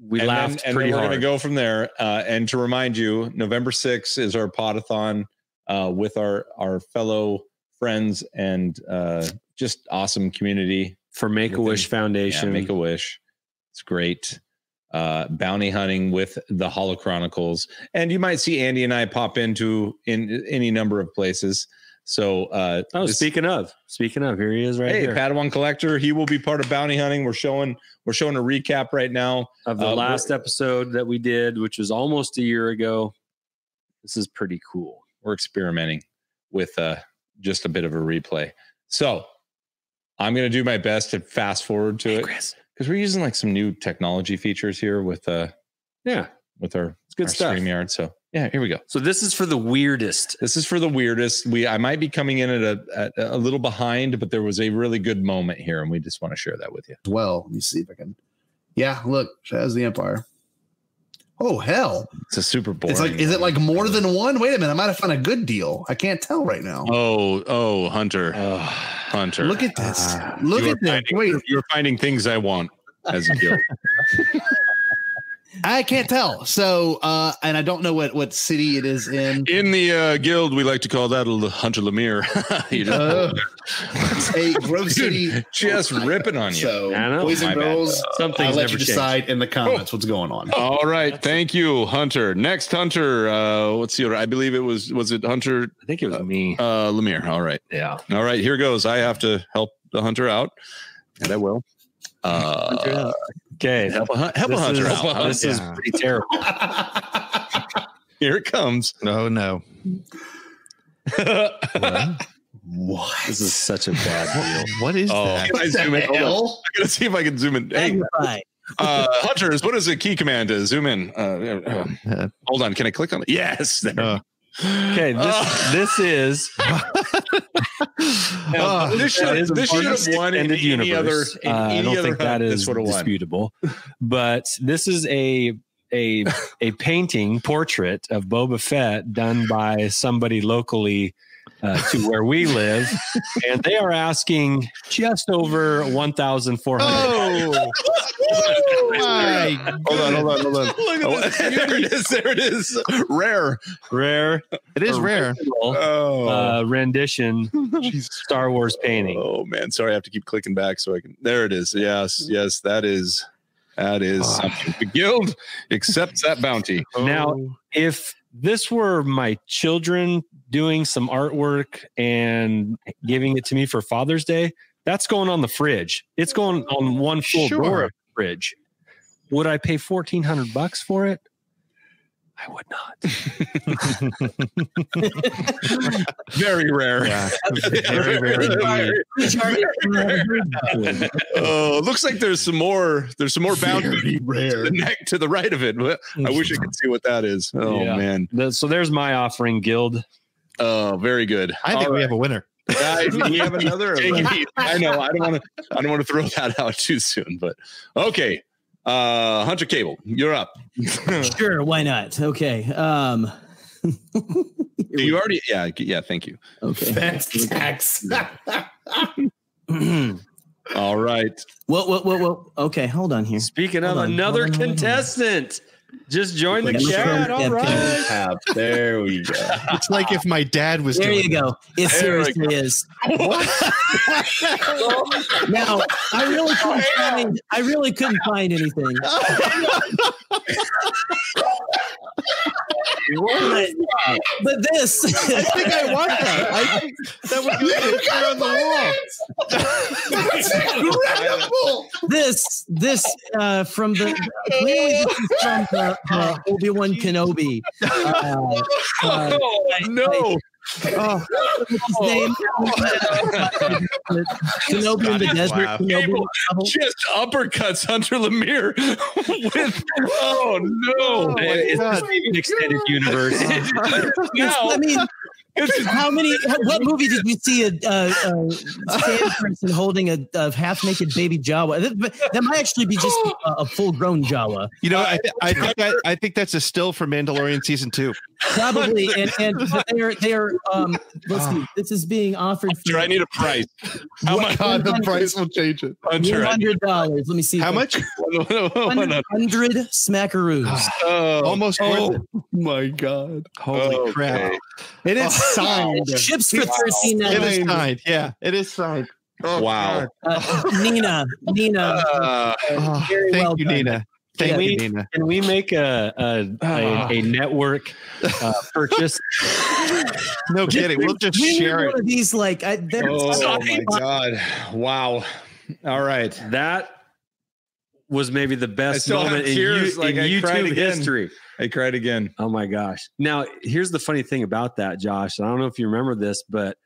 Speaker 1: We
Speaker 2: and
Speaker 1: laughed
Speaker 2: then, and
Speaker 1: pretty
Speaker 2: then we're
Speaker 1: hard.
Speaker 2: gonna go from there. Uh, and to remind you, November 6th is our potathon uh, with our our fellow friends and uh, just awesome community.
Speaker 1: for Make a Wish Foundation.
Speaker 2: Make a wish. It's great. Uh, bounty hunting with the Hollow Chronicles, and you might see Andy and I pop into in any number of places. So, uh,
Speaker 1: Oh,
Speaker 2: this-
Speaker 1: speaking of, speaking of, here he is right
Speaker 2: hey,
Speaker 1: here
Speaker 2: Padawan Collector, he will be part of bounty hunting. We're showing we're showing a recap right now.
Speaker 1: of the
Speaker 2: uh,
Speaker 1: last episode that we did, which was almost a year ago. This is pretty cool.
Speaker 2: We're experimenting with uh, just a bit of a replay. So, I'm gonna do my best to fast forward to
Speaker 1: Hey,
Speaker 2: it
Speaker 1: Chris.
Speaker 2: because we're using like some new technology features here with uh
Speaker 1: Yeah,
Speaker 2: with our
Speaker 1: it's good
Speaker 2: our
Speaker 1: stuff.
Speaker 2: StreamYard. So yeah, here we go.
Speaker 1: So this is for the weirdest.
Speaker 2: This is for the weirdest. We I might be coming in at a at a little behind, but there was a really good moment here, and we just want to share that with you.
Speaker 11: as well. Let me see if I can. Yeah, look, Shaz the Empire. Oh hell!
Speaker 2: It's a super boring.
Speaker 11: It's like, is it like more than one? Wait a minute, I might have found a good deal. I can't tell right now.
Speaker 14: Oh, oh, Hunter, Hunter.
Speaker 11: Look at this!
Speaker 14: Ah.
Speaker 11: look
Speaker 14: You
Speaker 11: at
Speaker 14: are
Speaker 11: this!
Speaker 14: finding-
Speaker 11: Wait,
Speaker 14: You're finding things I want as a guild.
Speaker 11: I can't tell. So, uh, and I don't know what what city it
Speaker 14: *laughs*
Speaker 11: is in.
Speaker 14: *laughs* In the uh, guild, we like to call that a l- Hunter Lemire. *laughs* You just-
Speaker 11: Uh, a Grove
Speaker 14: Uh,
Speaker 11: City.
Speaker 2: just ripping on
Speaker 14: *laughs*
Speaker 2: you.
Speaker 11: So,
Speaker 1: I know,
Speaker 11: boys
Speaker 2: my
Speaker 11: and
Speaker 2: bad.
Speaker 11: girls,
Speaker 1: Something's
Speaker 11: I'll let
Speaker 1: never
Speaker 11: you
Speaker 1: changed.
Speaker 11: decide in the comments what's going on.
Speaker 14: All right, thank you, Hunter. Next, Hunter. Uh, what's the order? I believe it was was it Hunter
Speaker 1: I think it was me.
Speaker 14: uh, Lemire. All right,
Speaker 1: Yeah.
Speaker 14: all right. Here goes. I have to help the hunter out, and I will.
Speaker 9: Hunter
Speaker 14: Uh,
Speaker 9: out.
Speaker 1: Okay.
Speaker 14: help a, hun- help a hunter *laughs* out. huh?
Speaker 1: This is
Speaker 6: Yeah.
Speaker 1: pretty terrible.
Speaker 14: Here it *laughs* comes.
Speaker 6: Oh no.
Speaker 11: What?
Speaker 1: This is such a bad deal.
Speaker 6: What is
Speaker 14: Oh.
Speaker 6: *laughs* that?
Speaker 11: What
Speaker 14: I zoom
Speaker 11: the
Speaker 14: in. Hold on.
Speaker 2: *laughs*
Speaker 11: hell?
Speaker 14: I'm gonna see if I can zoom in. Hey,
Speaker 9: Magnify.
Speaker 14: uh, Hunters, what is the key command to zoom in? Uh, uh,
Speaker 6: Uh,
Speaker 14: hold on, can I click on it? Yes. There.
Speaker 6: Uh.
Speaker 1: Okay, this
Speaker 14: Uh,
Speaker 1: *laughs* this is
Speaker 14: Now, Uh,
Speaker 2: Oh,
Speaker 14: this
Speaker 1: that
Speaker 14: should-
Speaker 1: is a
Speaker 14: this should have
Speaker 1: bonus
Speaker 14: won in
Speaker 1: extended
Speaker 14: any
Speaker 1: universe.
Speaker 14: other- in
Speaker 1: Uh, I
Speaker 14: any
Speaker 1: don't
Speaker 14: other
Speaker 1: think that
Speaker 14: hunt, this
Speaker 1: is
Speaker 14: would've won.
Speaker 1: disputable, but this is a a a painting portrait of Boba Fett done by somebody locally uh, to where we
Speaker 14: *laughs*
Speaker 1: live, and they are asking just over one thousand four hundred.
Speaker 6: oh
Speaker 7: Oh.
Speaker 6: my!
Speaker 14: Hold on, hold on,
Speaker 1: *laughs*
Speaker 14: hold on.
Speaker 2: Look at
Speaker 14: *laughs*
Speaker 2: this
Speaker 14: there it is. There it is. Rare.
Speaker 1: Rare,
Speaker 6: It is *laughs* rare.
Speaker 1: original,
Speaker 14: Oh.
Speaker 1: *laughs*
Speaker 14: *laughs*
Speaker 1: uh, rendition Star Wars painting.
Speaker 14: Oh man, sorry, I have to keep clicking back so I can. There it is. Yes, yes, that is that is
Speaker 6: Ah.
Speaker 14: something. The guild accepts that bounty.
Speaker 9: Oh.
Speaker 1: Now, if this were my children doing some artwork and giving it to me for Father's Day, that's going on the fridge. It's going on one full
Speaker 6: Sure.
Speaker 1: drawer of the fridge. Would I pay fourteen hundred bucks for it? I would
Speaker 9: *laughs*
Speaker 1: not.
Speaker 2: Very rare.
Speaker 1: Very
Speaker 14: *laughs*
Speaker 1: rare
Speaker 2: Very rare. Oh, looks like there's some more. There's some more boundary to the *laughs* neck to the right of it. But I wish I could see what that is. Oh
Speaker 1: Yeah.
Speaker 2: man.
Speaker 1: Th- So there's my offering, Guild.
Speaker 2: Oh, very good.
Speaker 6: I think
Speaker 2: All
Speaker 6: we
Speaker 2: right.
Speaker 6: have a winner.
Speaker 2: Guys, we have another. *laughs*
Speaker 6: Take it
Speaker 2: easy. I know. I don't want to. I don't want to throw that out too soon. But okay, uh, Hunter Cable, you're up.
Speaker 9: sure, why not? Okay. Um, *laughs*
Speaker 2: you already? Yeah, yeah. Thank you.
Speaker 9: Okay.
Speaker 7: *laughs*
Speaker 9: *clears throat*
Speaker 7: That's *laughs* tax.
Speaker 2: All *laughs* right.
Speaker 9: What? What? What? What? Okay, hold on here.
Speaker 1: Speaking of
Speaker 9: Hold on,
Speaker 1: another
Speaker 9: hold on, hold on.
Speaker 1: contestant, just join the
Speaker 9: Like Mr.
Speaker 1: chat. All
Speaker 9: Deadpan.
Speaker 1: right.
Speaker 2: There we *laughs* go.
Speaker 6: It's like if my dad was.
Speaker 9: There
Speaker 6: doing
Speaker 9: you go. It
Speaker 6: There we
Speaker 9: seriously is. now I really couldn't find. I really couldn't find anything. but, but this, *laughs*
Speaker 7: I think I want that. I think that would be it. Put it on the wall. *laughs*
Speaker 2: *laughs*
Speaker 7: That's incredible.
Speaker 9: this, this uh, from the clearly this is from the, the Obi Wan Kenobi. Uh, uh,
Speaker 2: no.
Speaker 9: Oh, what's
Speaker 6: *laughs*
Speaker 9: his name? Kenobi in the desert. Kenobi in
Speaker 2: Cable
Speaker 9: the trouble.
Speaker 2: just uppercuts Hunter Lemire *laughs* with. Oh no!
Speaker 1: Man, it's just an extended universe.
Speaker 2: *laughs* now,
Speaker 9: I mean,
Speaker 2: This is-
Speaker 9: how many? What movie did you see a, a,
Speaker 6: *laughs*
Speaker 9: a stand person holding a, a half-naked baby Jawa? That, that might actually be just a, a full-grown Jawa,
Speaker 6: You know, I, I think I, I think that's a still for Mandalorian season two.
Speaker 9: probably. And,
Speaker 6: *laughs*
Speaker 9: and but they are they are. Um, let's see. This is being offered
Speaker 2: Hunter, I need a price. How much?
Speaker 7: God, the price will change it.
Speaker 9: one
Speaker 2: Hunter, I need
Speaker 9: hundred dollars. Let me see
Speaker 6: How much?
Speaker 2: one hundred.
Speaker 9: Hundred
Speaker 7: *laughs*
Speaker 6: Ah,
Speaker 9: smackaroos.
Speaker 2: Oh,
Speaker 6: Almost
Speaker 2: oh,
Speaker 6: worth it.
Speaker 7: My God.
Speaker 6: Holy
Speaker 2: okay.
Speaker 6: crap!
Speaker 7: *laughs*
Speaker 6: Oh,
Speaker 7: It is signed.
Speaker 9: Chips for thirteen
Speaker 6: It
Speaker 9: dollars.
Speaker 6: is signed. Yeah, it is signed. Oh,
Speaker 2: Wow.
Speaker 9: Uh, Nina, Nina,
Speaker 2: Uh,
Speaker 6: God. Oh,
Speaker 9: very
Speaker 6: thank
Speaker 9: well
Speaker 6: you,
Speaker 9: done.
Speaker 6: Nina. Thank
Speaker 1: Can
Speaker 6: you,
Speaker 1: we,
Speaker 6: Nina.
Speaker 1: can we make a a,
Speaker 9: Ah.
Speaker 1: a, a network
Speaker 9: *laughs*
Speaker 1: uh, purchase?
Speaker 6: No kidding. We'll just
Speaker 9: We need
Speaker 6: share
Speaker 9: one
Speaker 6: it.
Speaker 9: of these like I, they're- *laughs*
Speaker 2: oh my god! Wow. All right.
Speaker 1: That was maybe the
Speaker 2: I
Speaker 1: best
Speaker 2: still have
Speaker 1: moment in,
Speaker 2: tears,
Speaker 1: you,
Speaker 2: like
Speaker 1: in
Speaker 2: I cried
Speaker 1: YouTube
Speaker 2: again.
Speaker 1: history.
Speaker 2: I cried again.
Speaker 1: Oh my gosh. Now, here's the funny thing about that, Josh. and I don't know if you remember this, but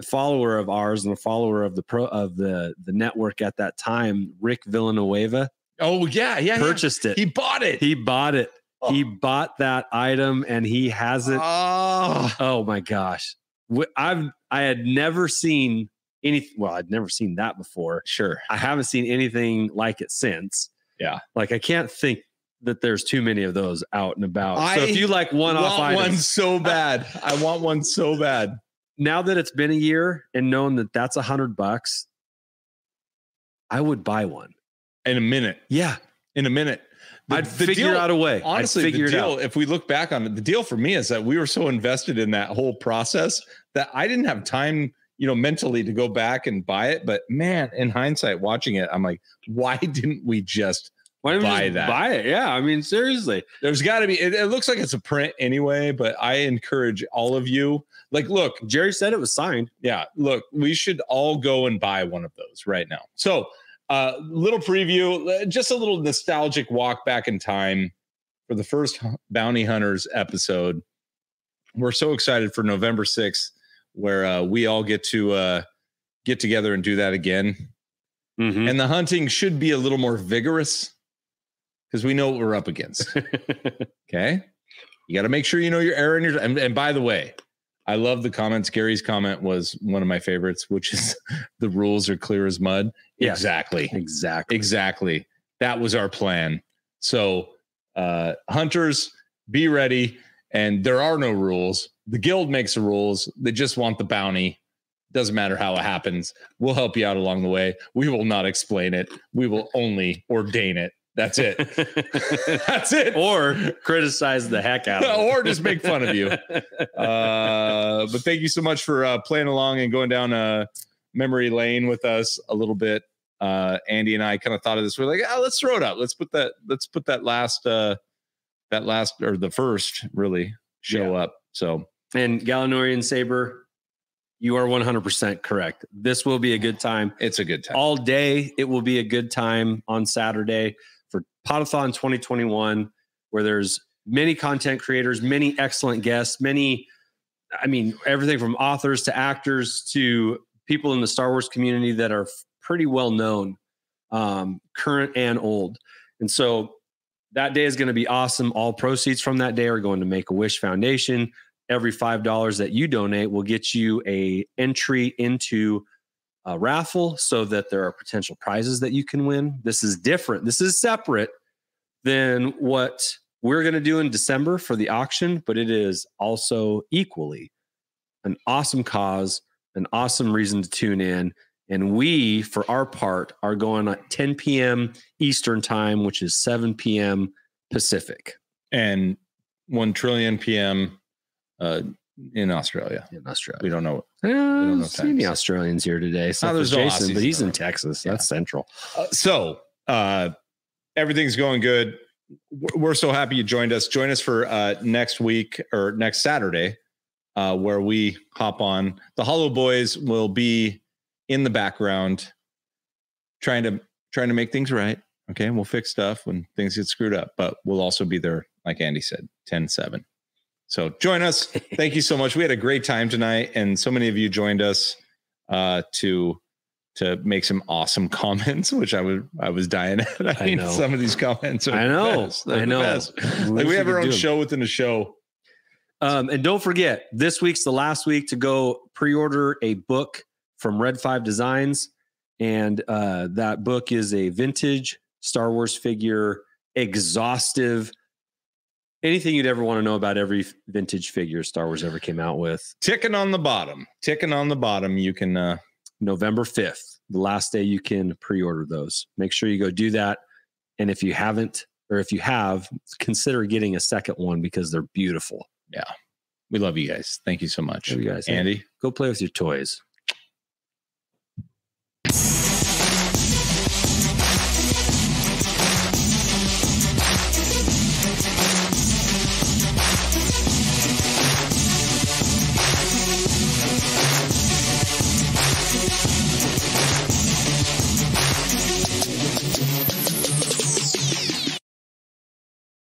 Speaker 1: a follower of ours and a follower of the pro of the the network at that time, Rick Villanueva,
Speaker 2: Oh yeah, yeah. yeah.
Speaker 1: purchased it.
Speaker 2: He bought it.
Speaker 1: He bought it. He bought that item and he has it.
Speaker 2: Oh.
Speaker 1: Oh my gosh. Wh- I've I had never seen any well, I'd never seen that before.
Speaker 2: Sure.
Speaker 1: I haven't seen anything like it since.
Speaker 2: Yeah.
Speaker 1: Like I can't think that there's too many of those out and about. so
Speaker 2: I
Speaker 1: if you like one off
Speaker 2: want one
Speaker 1: items,
Speaker 2: so bad. I want one so bad.
Speaker 1: now that it's been a year and knowing that that's a hundred bucks, I would buy one.
Speaker 2: In a minute.
Speaker 1: Yeah.
Speaker 2: In a minute. The-
Speaker 1: I'd
Speaker 2: the
Speaker 1: figure
Speaker 2: deal-
Speaker 1: out a way.
Speaker 2: Honestly,
Speaker 1: I'd figure
Speaker 2: the deal,
Speaker 1: it out.
Speaker 2: if we look back on it, the deal for me is that we were so invested in that whole process that I didn't have time, you know, mentally to go back and buy it. But man, in hindsight, watching it, I'm like, why *laughs* didn't we just?
Speaker 1: Why don't
Speaker 2: buy
Speaker 1: you just
Speaker 2: that.
Speaker 1: buy it? Yeah. I mean, seriously.
Speaker 2: There's got to be. It, it looks like it's a print anyway, but I encourage all of you. Like, look,
Speaker 1: Jerry said it was signed.
Speaker 2: yeah look we should all go and buy one of those right now so uh little preview uh, just a little nostalgic walk back in time for the first Hu- bounty hunters episode we're so excited for november 6th where uh, we all get to uh get together and do that again and the hunting should be a little more vigorous because we know what we're up against Okay. You got to make sure you know your error and your. And, and by the way, I love the comments. Gary's comment was one of my favorites, which is *laughs* the rules are clear as mud.
Speaker 1: Yes.
Speaker 2: Exactly.
Speaker 1: exactly.
Speaker 2: Exactly. That was our plan. So, uh, hunters, be ready. And there are no rules. The guild makes the rules. They just want the bounty. Doesn't matter how it happens. We'll help you out along the way. We will not explain it. We will only ordain it. That's it.
Speaker 1: *laughs*
Speaker 2: *laughs* That's it.
Speaker 1: or criticize the heck out *laughs* of it.
Speaker 2: Or just make fun of *laughs* you. Uh, but thank you so much for uh, playing along and going down uh, memory lane with us a little bit. Uh, Andy and I kind of thought of this. We're like, oh, let's throw it up. Let's put that. Let's put that last, uh, that last or the first really show up. So
Speaker 1: And Galanorian Saber, you are 100% correct. This will be a good time.
Speaker 2: It's a good time.
Speaker 1: All day, it will be a good time on Saturday for Potathon 2021, where there's many content creators, many excellent guests, many, I mean, everything from authors to actors to people in the Star Wars community that are pretty well known, um, current and old. And so that day is going to be awesome. All proceeds from that day are going to Make a Wish Foundation. Every five dollars that you donate will get you a entry into a raffle, so that there are potential prizes that you can win. This is different. This is separate than what we're going to do in December for the auction, but it is also equally an awesome cause, an awesome reason to tune in. And we, for our part, are going at 10 p.m. Eastern time, which is 7 p.m. Pacific.
Speaker 2: And 1 trillion p.m. Uh, in Australia.
Speaker 1: In Australia. Uh,
Speaker 2: We don't know.
Speaker 1: We don't know see any Australians here today. So
Speaker 2: No,
Speaker 1: there's
Speaker 2: there's no
Speaker 1: Jason,
Speaker 2: Aussies
Speaker 1: but he's
Speaker 2: in
Speaker 1: in
Speaker 2: the
Speaker 1: Texas. That's central.
Speaker 2: Uh, so uh, everything's going good. We're- We're so happy you joined us. Join us for uh, next week or next Saturday, uh, where we hop on. The Hollow Boys will be in the background, trying to trying to make things right. Okay, and we'll fix stuff when things get screwed up, but we'll also be there, like Andy said, 10-7. So
Speaker 1: *laughs*
Speaker 2: join us. Thank you so much. We had a great time tonight, and so many of you joined us uh, to to make some awesome *laughs* comments, which I would I was dying at. I,
Speaker 1: I
Speaker 2: mean,
Speaker 1: know.
Speaker 2: some of these comments. *laughs* Are
Speaker 1: I know.
Speaker 2: The best. They're
Speaker 1: I
Speaker 2: the
Speaker 1: know.
Speaker 2: best.
Speaker 1: I
Speaker 2: Like
Speaker 1: wish
Speaker 2: we have
Speaker 1: we
Speaker 2: our
Speaker 1: could
Speaker 2: own
Speaker 1: do 'em.
Speaker 2: show within a show.
Speaker 1: Um, and don't forget, this week's the last week to go pre order a book from Red Five Designs. And uh, that book is a vintage Star Wars figure, exhaustive, anything you'd ever want to know about every vintage figure Star Wars ever came out with.
Speaker 2: Ticking on the bottom. Ticking on the bottom. You can uh,
Speaker 1: November 5th, the last day you can pre order those. Make sure you go do that. And if you haven't, or if you have, consider getting a second one because they're beautiful.
Speaker 2: yeah. We love you guys. Thank you so much,
Speaker 1: Love you guys.
Speaker 2: Andy.
Speaker 1: Go play with your toys.